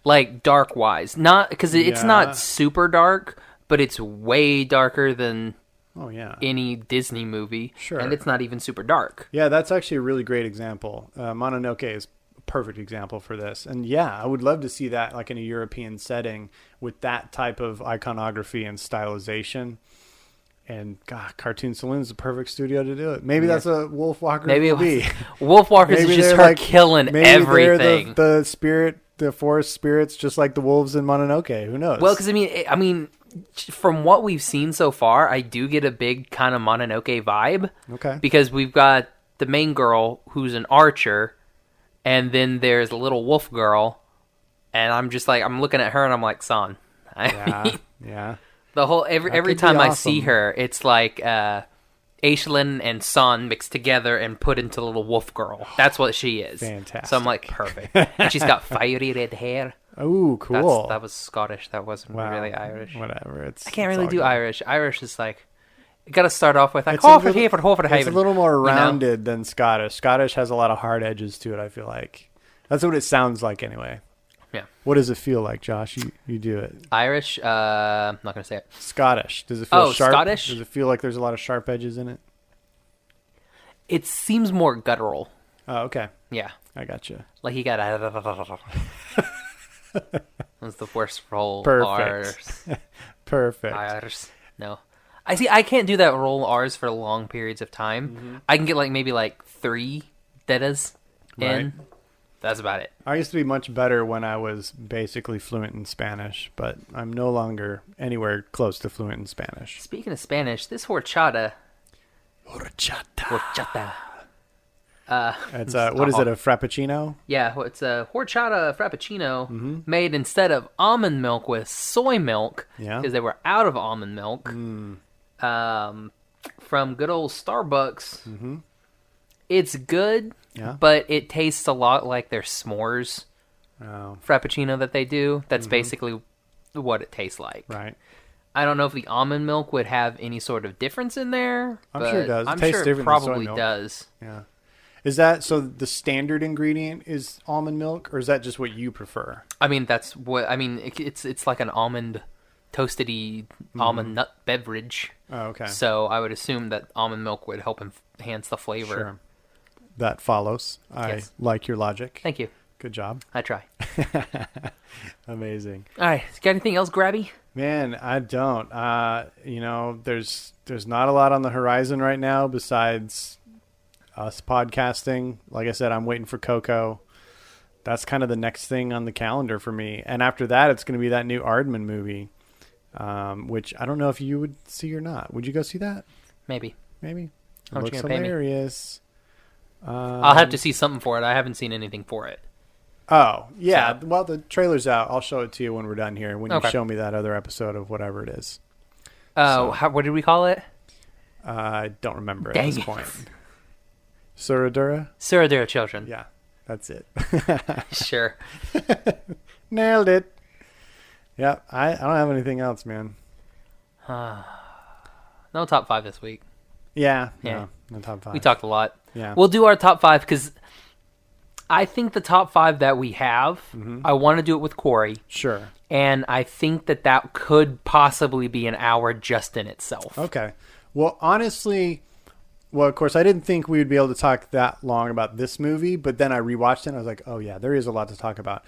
S3: like dark wise? Not because it's
S2: Yeah.
S3: not super dark, but it's way darker than
S2: Oh yeah.
S3: any Disney movie.
S2: Sure.
S3: and it's not even super dark.
S2: yeah, that's actually a really great example. Uh, Mononoke is a perfect example for this. And yeah, I would love to see that like in a European setting with that type of iconography and stylization. And God, Cartoon Saloon is the perfect studio to do it. Maybe that's what Wolf Walker
S3: Maybe it
S2: will be.
S3: was, Wolf Walkers
S2: Maybe
S3: is just
S2: they're,
S3: her
S2: like-
S3: killing
S2: maybe they're
S3: everything.
S2: The, the spirit, the forest spirits, just like the wolves in Mononoke. Who knows?
S3: Well, because I mean, I- I mean, from what we've seen so far, I do get a big kind of Mononoke vibe.
S2: Okay.
S3: Because we've got the main girl who's an archer, and then there's a little wolf girl, and I'm just like, I'm looking at her and I'm like, son. I
S2: yeah,
S3: mean,
S2: yeah.
S3: the whole every every
S2: could be
S3: time I see
S2: awesome.
S3: her, it's like uh, Aishlin and Son mixed together and put into little wolf girl. That's what she is. So
S2: Oh, Fantastic.
S3: I'm like, perfect. and she's got fiery red hair.
S2: Oh, cool.
S3: That's, that was Scottish. That wasn't
S2: Wow.
S3: really Irish.
S2: Whatever. It's
S3: I can't
S2: it's
S3: really
S2: all
S3: do
S2: good.
S3: Irish. Irish is like, you got to start off with like, "Oh,
S2: It's a
S3: Hoford,
S2: little-
S3: Hayford, Hoford,
S2: It's a
S3: Haven.
S2: little more
S3: you know?
S2: rounded than Scottish. Scottish has a lot of hard edges to it. I feel like that's what it sounds like anyway.
S3: Yeah.
S2: What does it feel like, Josh? You you do it.
S3: Irish, uh, I'm not going to say it.
S2: Scottish. Does it feel
S3: Oh,
S2: sharp?
S3: Scottish?
S2: Does it feel like there's a lot of sharp edges in it?
S3: It seems more guttural.
S2: Oh, okay.
S3: Yeah.
S2: I gotcha.
S3: Like he got a. That's the worst roll.
S2: Perfect.
S3: R's.
S2: Perfect.
S3: R's. No. I see, I can't do that roll R's for long periods of time.
S2: Mm-hmm.
S3: I can get like maybe like three deadas in. That's about it.
S2: I used to be much better when I was basically fluent in Spanish, but I'm no longer anywhere close to fluent in Spanish.
S3: Speaking of Spanish, this horchata. Horchata.
S2: It's uh, what is it? A frappuccino?
S3: Yeah, well, it's a horchata frappuccino
S2: Mm-hmm.
S3: made instead of almond milk with soy milk
S2: Yeah. Mm.
S3: because they were out of almond milk um, from good old Starbucks. It's good,
S2: Mm-hmm. Yeah.
S3: but it tastes a lot like their s'mores
S2: Oh, Mm-hmm.
S3: frappuccino that they do. That's basically what it tastes like.
S2: right.
S3: I don't know if the almond milk would have any sort of difference in there.
S2: I'm sure it
S3: but
S2: does. It
S3: I'm
S2: tastes
S3: sure it
S2: different than soy
S3: probably
S2: milk.
S3: does.
S2: Yeah. Is that so? The standard ingredient is almond milk, or is that just what you prefer?
S3: I mean, that's what I mean. It, it's it's like an almond, toastedy almond nut beverage.
S2: Oh, Mm-hmm. okay.
S3: So I would assume that almond milk would help enhance the flavor.
S2: Sure. That follows. I
S3: Yes.
S2: like your logic.
S3: Thank you.
S2: Good job.
S3: I try.
S2: Amazing.
S3: All right. Got anything else, Grabby?
S2: Man, I don't. Uh, you know, there's there's not a lot on the horizon right now besides us podcasting. Like I said, I'm waiting for Coco. That's kind of the next thing on the calendar for me. And after that, it's going to be that new Aardman movie, um, which I don't know if you would see or not. Would you go see that?
S3: Maybe.
S2: Maybe. It
S3: How much
S2: looks
S3: you gonna pay me?
S2: hilarious. Um,
S3: I'll have to see something for it. I haven't seen anything for it.
S2: Oh yeah.
S3: So-
S2: Well, the trailer's out. I'll show it to you when we're done here. When you
S3: Okay.
S2: show me that other episode of whatever it is,
S3: Oh, how, what did we call it?
S2: uh, I don't remember
S3: Dang
S2: at this
S3: it.
S2: point. Suradura.
S3: Sarah, there are children.
S2: Yeah, that's it.
S3: Sure.
S2: Nailed it. Yeah, I, I don't have anything else, man.
S3: No top five this week.
S2: Yeah,
S3: Yeah.
S2: No, no top five.
S3: We talked a lot.
S2: Yeah.
S3: We'll do our top five because I think the top five that we have,
S2: Mm-hmm.
S3: I want to do it with Corey.
S2: Sure.
S3: and I think that that could possibly be an hour just in itself.
S2: Okay. Well, honestly, well, of course, I didn't think we would be able to talk that long about this movie, but then I rewatched it and I was like, oh, yeah, there is a lot to talk about.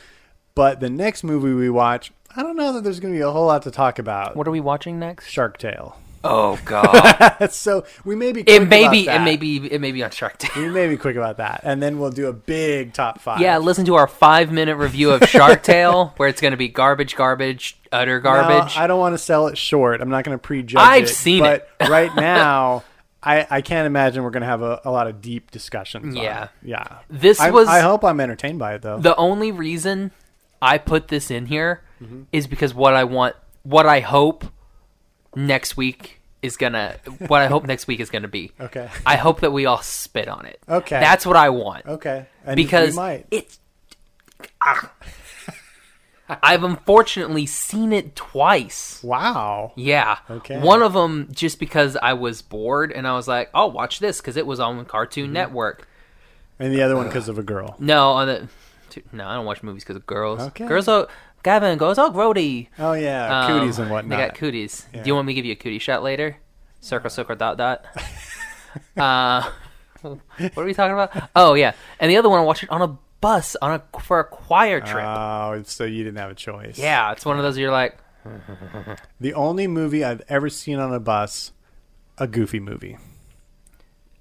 S2: But the next movie we watch, I don't know that there's going to be a whole lot to talk about.
S3: What are we watching next?
S2: Shark Tale.
S3: Oh god!
S2: so we may be quick
S3: it may
S2: about
S3: be. It
S2: that.
S3: may be. It may be on Shark Tank.
S2: We may be quick about that. And then we'll do a big top five.
S3: Yeah, listen to our five-minute review of Shark Tale, where it's going to be garbage, garbage,
S2: Now,
S3: utter garbage.
S2: I don't want to sell it short. I'm not going to prejudge
S3: I've
S2: it,
S3: seen
S2: but right now, I, I can't imagine we're going to have a, a lot of deep discussions. on
S3: Yeah.
S2: it. yeah.
S3: This
S2: I,
S3: was-
S2: I hope I'm entertained by it though.
S3: the only reason I put this in here is because what I want, what I hope next week is gonna, what I hope next week is gonna be.
S2: Okay.
S3: I hope that we all spit on it.
S2: Okay.
S3: That's what I want.
S2: okay, and
S3: because
S2: we might.
S3: it's Ah. I've unfortunately seen it twice.
S2: wow,
S3: Yeah.
S2: Okay.
S3: One of them just because I was bored and I was like, "I'll watch this" because it was on Cartoon
S2: Mm-hmm.
S3: Network.
S2: and the other one because of a girl.
S3: No, on the dude, no, I don't watch movies because of girls.
S2: Okay.
S3: Girls are Gavin goes all grody.
S2: Oh yeah,
S3: Um,
S2: cooties and whatnot.
S3: They got cooties.
S2: Yeah.
S3: Do you want me to give you a cootie shot later? Circle, circle, dot, dot. uh, what are we talking about? Oh yeah, and the other one I watched it on a bus on a for a choir trip.
S2: Oh, so you didn't have a choice.
S3: Yeah, it's one of those you're like,
S2: The only movie I've ever seen on a bus, a goofy movie.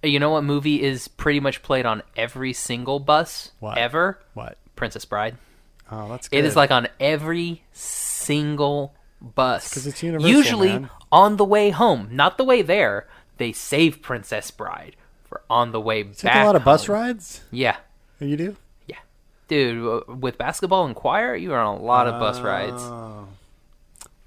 S3: you know what movie is pretty much played on every single bus
S2: What?
S3: ever?
S2: What?
S3: Princess Bride.
S2: Oh, that's good.
S3: It is like on every single bus.
S2: 'cause it's universal,
S3: Usually
S2: man.
S3: on the way home, not the way there. They save Princess Bride for on the way
S2: Take
S3: back.
S2: a lot of bus
S3: home.
S2: rides.
S3: Yeah,
S2: You do?
S3: yeah, dude. w- With basketball and choir, you are on a lot of bus rides. Mm-hmm.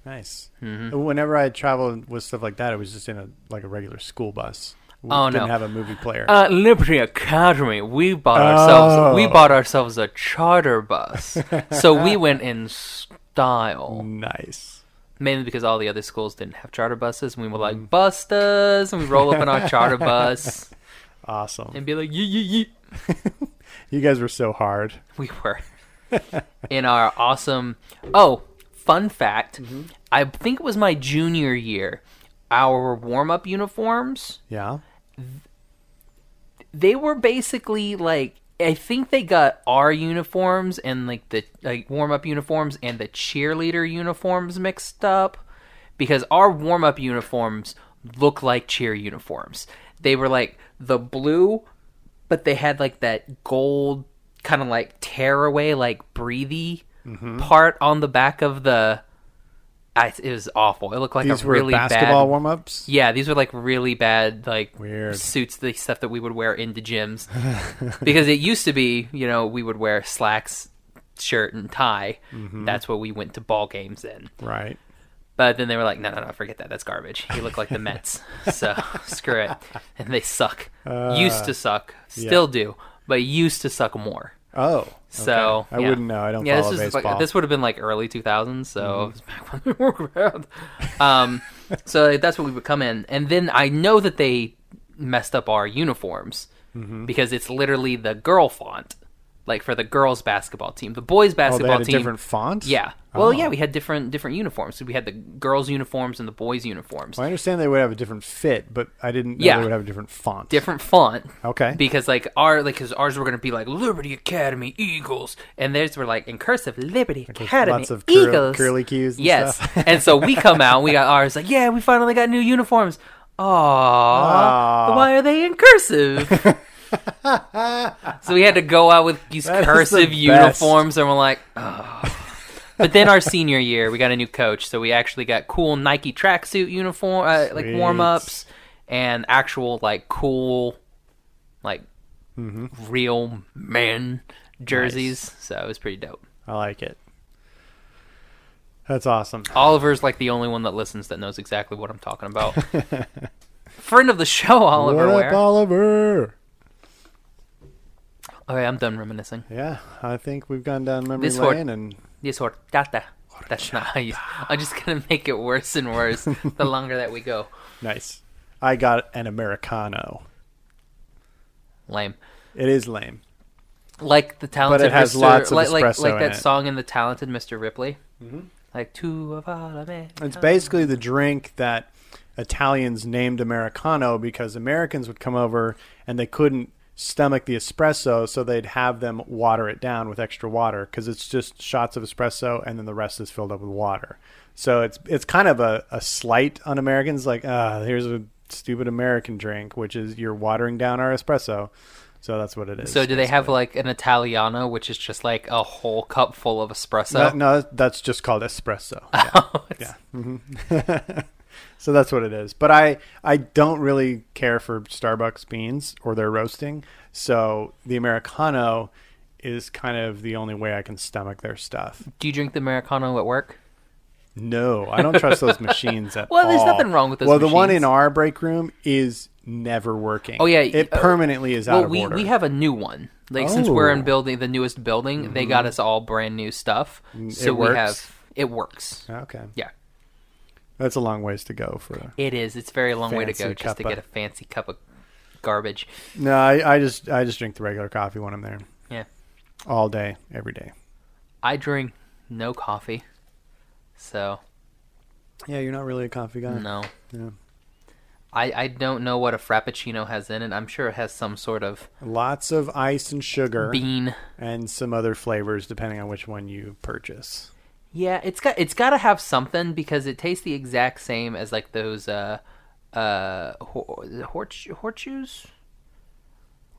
S2: Nice. Whenever I traveled with stuff like that, it was just in a like a regular school bus. We
S3: Oh,
S2: didn't
S3: no. Uh,
S2: have a movie player.
S3: At Liberty Academy, we bought ourselves we
S2: Oh.
S3: bought ourselves a charter bus, so we went in style.
S2: nice.
S3: Mainly because all the other schools didn't have charter buses, and we were like busters, and we roll up in our charter bus
S2: Awesome.
S3: and be like yee yee yee.
S2: you guys were so hard.
S3: We were in our awesome. Oh, fun fact! I think it was my junior year. Our warm up uniforms
S2: Yeah.
S3: they were basically like I think they got our uniforms and like the like warm up uniforms and the cheerleader uniforms mixed up because our warm up uniforms look like cheer uniforms. They were like the blue, but they had like that gold kind of like tearaway like breathy
S2: Mm-hmm.
S3: part on the back of the. I, it was awful. It looked like
S2: These
S3: a
S2: were
S3: really
S2: basketball
S3: bad
S2: warm ups.
S3: yeah, these were like really bad, like
S2: Weird.
S3: suits, the stuff that we would wear into gyms. because it used to be, you know, we would wear slacks, shirt, and tie. That's what we went to ball games in.
S2: Right.
S3: But then they were like, no, no, no, forget that. That's garbage. You look like the Mets. so screw it. And they suck. used to suck. Still do. But used to suck more.
S2: Oh.
S3: So
S2: okay. I
S3: yeah.
S2: wouldn't know. I don't
S3: Yeah,
S2: follow
S3: this is
S2: baseball. Mm-hmm.
S3: like this would have been like early 2000s, so it was back when we were around. Um, so like, that's what we would come in, and then I know that they messed up our uniforms
S2: Mm-hmm.
S3: because it's literally the girl font, like for the girls basketball team. The boys
S2: oh, they had
S3: basketball
S2: a
S3: team,
S2: different oh. font.
S3: yeah. Well, yeah, we had different different uniforms. So we had the girls' uniforms and the boys' uniforms.
S2: I understand they would have a different fit, but I didn't know
S3: Yeah.
S2: they would have a different font.
S3: different font.
S2: Okay.
S3: Because like our like because ours were gonna be like Liberty Academy Eagles, and theirs were like in cursive Liberty Academy
S2: lots of cur-
S3: Eagles
S2: curly cues and
S3: yes,
S2: stuff.
S3: and so we come out, and we got ours like yeah, we finally got new uniforms. Aww,
S2: Aw.
S3: why are they in cursive? so we had to go out with these
S2: That is the
S3: cursive
S2: best.
S3: uniforms, and we're like. "Ugh." But then our senior year, we got a new coach, so we actually got cool Nike tracksuit uniform, uh, like
S2: Sweet.
S3: warm ups, and actual like cool like
S2: Mm-hmm.
S3: real man jerseys. So it was pretty dope.
S2: I like it. That's awesome.
S3: Oliver's like the only one that listens that knows exactly what I'm talking about. Friend of the show, Oliver
S2: what
S3: Ware.
S2: up, Oliver?
S3: Okay, I'm done reminiscing.
S2: Yeah, I think we've gone down memory
S3: This
S2: lane, and
S3: Yes, hortata. That's not how you. I'm just gonna make it worse and worse the longer that we go.
S2: nice. I got an americano.
S3: Lame.
S2: It is lame.
S3: Like the talented.
S2: it has
S3: Mr.
S2: lots of
S3: like, like,
S2: espresso
S3: like
S2: in
S3: that
S2: it.
S3: song in the talented Mr. Ripley. Like two of all men.
S2: It's basically the drink that Italians named Americano because Americans would come over and they couldn't stomach the espresso, so they'd have them water it down with extra water because it's just shots of espresso and then the rest is filled up with water. So it's it's kind of a, a slight on Americans, like, ah, here's a stupid American drink, which is you're watering down our espresso. So that's what it is.
S3: So do they have like an Italiano, which is just like a whole cup full of
S2: No,
S3: espresso?
S2: no, that's just called espresso. Yeah.
S3: Oh,
S2: yeah. Mhm. so that's what it is. But I I don't really care for Starbucks beans or their roasting. So the americano is kind of the only way I can stomach their stuff.
S3: Do you drink the Americano at work?
S2: No, I don't trust those machines at
S3: Well,
S2: all.
S3: there's nothing wrong with those
S2: Well, the one
S3: machines.
S2: in our break room is never working.
S3: Oh, yeah,
S2: it
S3: uh,
S2: permanently is out
S3: Well,
S2: of
S3: we,
S2: order.
S3: we have a new one. Like since we're in
S2: Oh. Mm-hmm.
S3: building the newest building, they got us all brand new stuff. So we
S2: Mm, works?
S3: have it works.
S2: okay.
S3: Yeah.
S2: That's a long ways to go for.
S3: It is. It's a very long way to go
S2: Fancy
S3: just to
S2: cuppa.
S3: get a fancy cup of garbage.
S2: No, I, I just I just drink the regular coffee when I'm there
S3: Yeah.
S2: all day, every day.
S3: I drink no coffee. So
S2: Yeah, you're not really a coffee guy.
S3: no.
S2: Yeah.
S3: I, I don't know what a frappuccino has in it. I'm sure it has some sort of
S2: Lots of ice and sugar
S3: bean.
S2: and some other flavors depending on which one you purchase.
S3: Yeah, it's got it's got to have something because it tastes the exact same as like those uh uh hor- horch- horseshoes,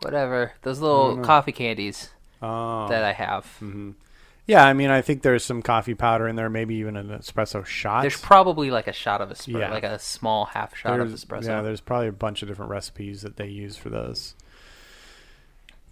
S3: whatever those little coffee candies
S2: Mm-hmm. Oh.
S3: that I have.
S2: Yeah, I mean, I think there's some coffee powder in there, maybe even an espresso shot.
S3: There's probably like a shot of espresso,
S2: Yeah.
S3: like a small half shot
S2: There's-
S3: of espresso.
S2: Yeah, there's probably a bunch of different recipes that they use for those.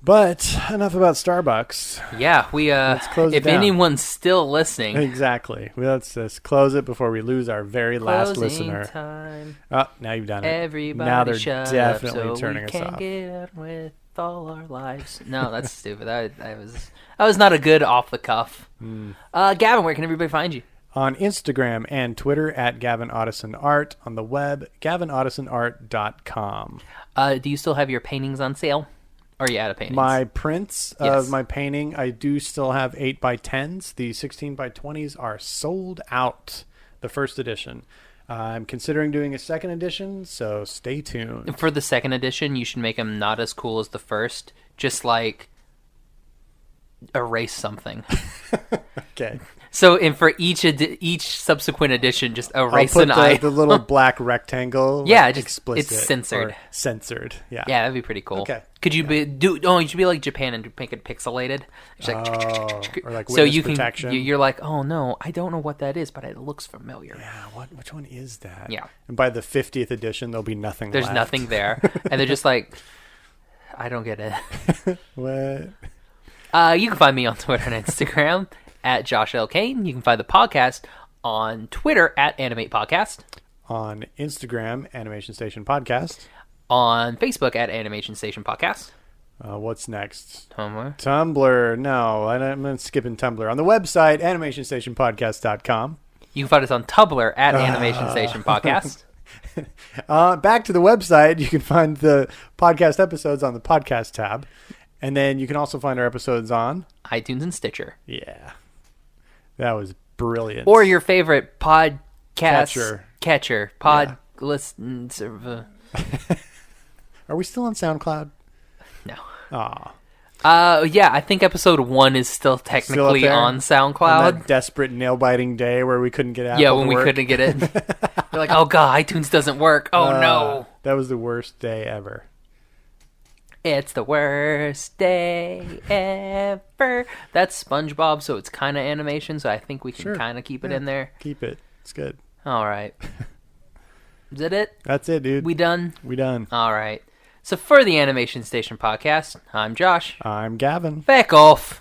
S2: But enough about Starbucks.
S3: Yeah, we. Uh,
S2: Let's close it
S3: if
S2: down.
S3: anyone's still listening,
S2: Exactly. Well, let's just close it before we lose our very last
S3: closing
S2: listener.
S3: time.
S2: Oh, now you've done it.
S3: Everybody
S2: now they're
S3: shut
S2: definitely
S3: up so
S2: turning
S3: we
S2: us
S3: can
S2: off.
S3: get on with all our lives. No, that's stupid. I, I was I was not a good off the cuff.
S2: Hmm.
S3: Uh, Gavin, where can everybody find you?
S2: on Instagram and Twitter at Gavin Audison Art on the web gavinaudisonart.com.
S3: Uh, do you still have your paintings on sale? Or are you out of paintings?
S2: My prints
S3: Yes.
S2: of my painting, I do still have 8 by 10s. The 16 by 20s are sold out, the first edition. I'm considering doing a second edition, so stay tuned.
S3: for the second edition, you should make them not as cool as the first. Just like erase something.
S2: Okay.
S3: So, and for each edi- each subsequent edition, just erase
S2: I'll put
S3: an
S2: the,
S3: eye.
S2: the little black rectangle. like,
S3: Yeah, just- it's
S2: explicit or
S3: censored.
S2: Censored. Yeah.
S3: yeah, that'd be pretty cool.
S2: Okay.
S3: Could you be do? Oh, you should be like Japan and make it pixelated. It's like,
S2: Oh, or like
S3: so
S2: witness
S3: you can
S2: protection.
S3: you- you're like, oh no, I don't know what that is, but it looks familiar.
S2: yeah. What? Which one is that?
S3: Yeah.
S2: And by the 50th edition, there'll be nothing.
S3: There's
S2: left.
S3: nothing there, and they're just like, I don't get it.
S2: What?
S3: Uh, you can find me on Twitter and Instagram at Josh L Kane. You can find the podcast on Twitter at Animate Podcast,
S2: On Instagram, Animation Station Podcast.
S3: on Facebook at Animation Station Podcast.
S2: Uh, what's next?
S3: Somewhere.
S2: Tumblr. No, I don't- I'm skipping Tumblr. On the website, animationstationpodcast.com.
S3: You can find us on Tumblr at
S2: Ah.
S3: Animation Station Podcast.
S2: Uh, back to the website, you can find the podcast episodes on the podcast tab. And then you can also find our episodes on
S3: iTunes and Stitcher,
S2: Yeah. That was brilliant.
S3: or your favorite podcast
S2: Catcher.
S3: catcher pod listen. serv-
S2: Are we still on SoundCloud?
S3: No.
S2: Aw.
S3: Uh, yeah, I think episode one is still technically
S2: there?
S3: on
S2: On
S3: SoundCloud.
S2: that desperate nail biting day where we couldn't get out.
S3: yeah, when we couldn't get it, you're like, oh god, iTunes doesn't work. Oh
S2: Uh,
S3: no,
S2: That was the worst day ever.
S3: it's the worst day ever. That's SpongeBob, so it's kind of animation. So I think we can
S2: Sure.
S3: kind of keep it
S2: Yeah.
S3: in there.
S2: Keep it. It's good.
S3: All right, is that it?
S2: That's it, dude.
S3: We done.
S2: we done.
S3: All right. So for the Animation Station podcast, I'm Josh.
S2: I'm Gavin.
S3: Back off.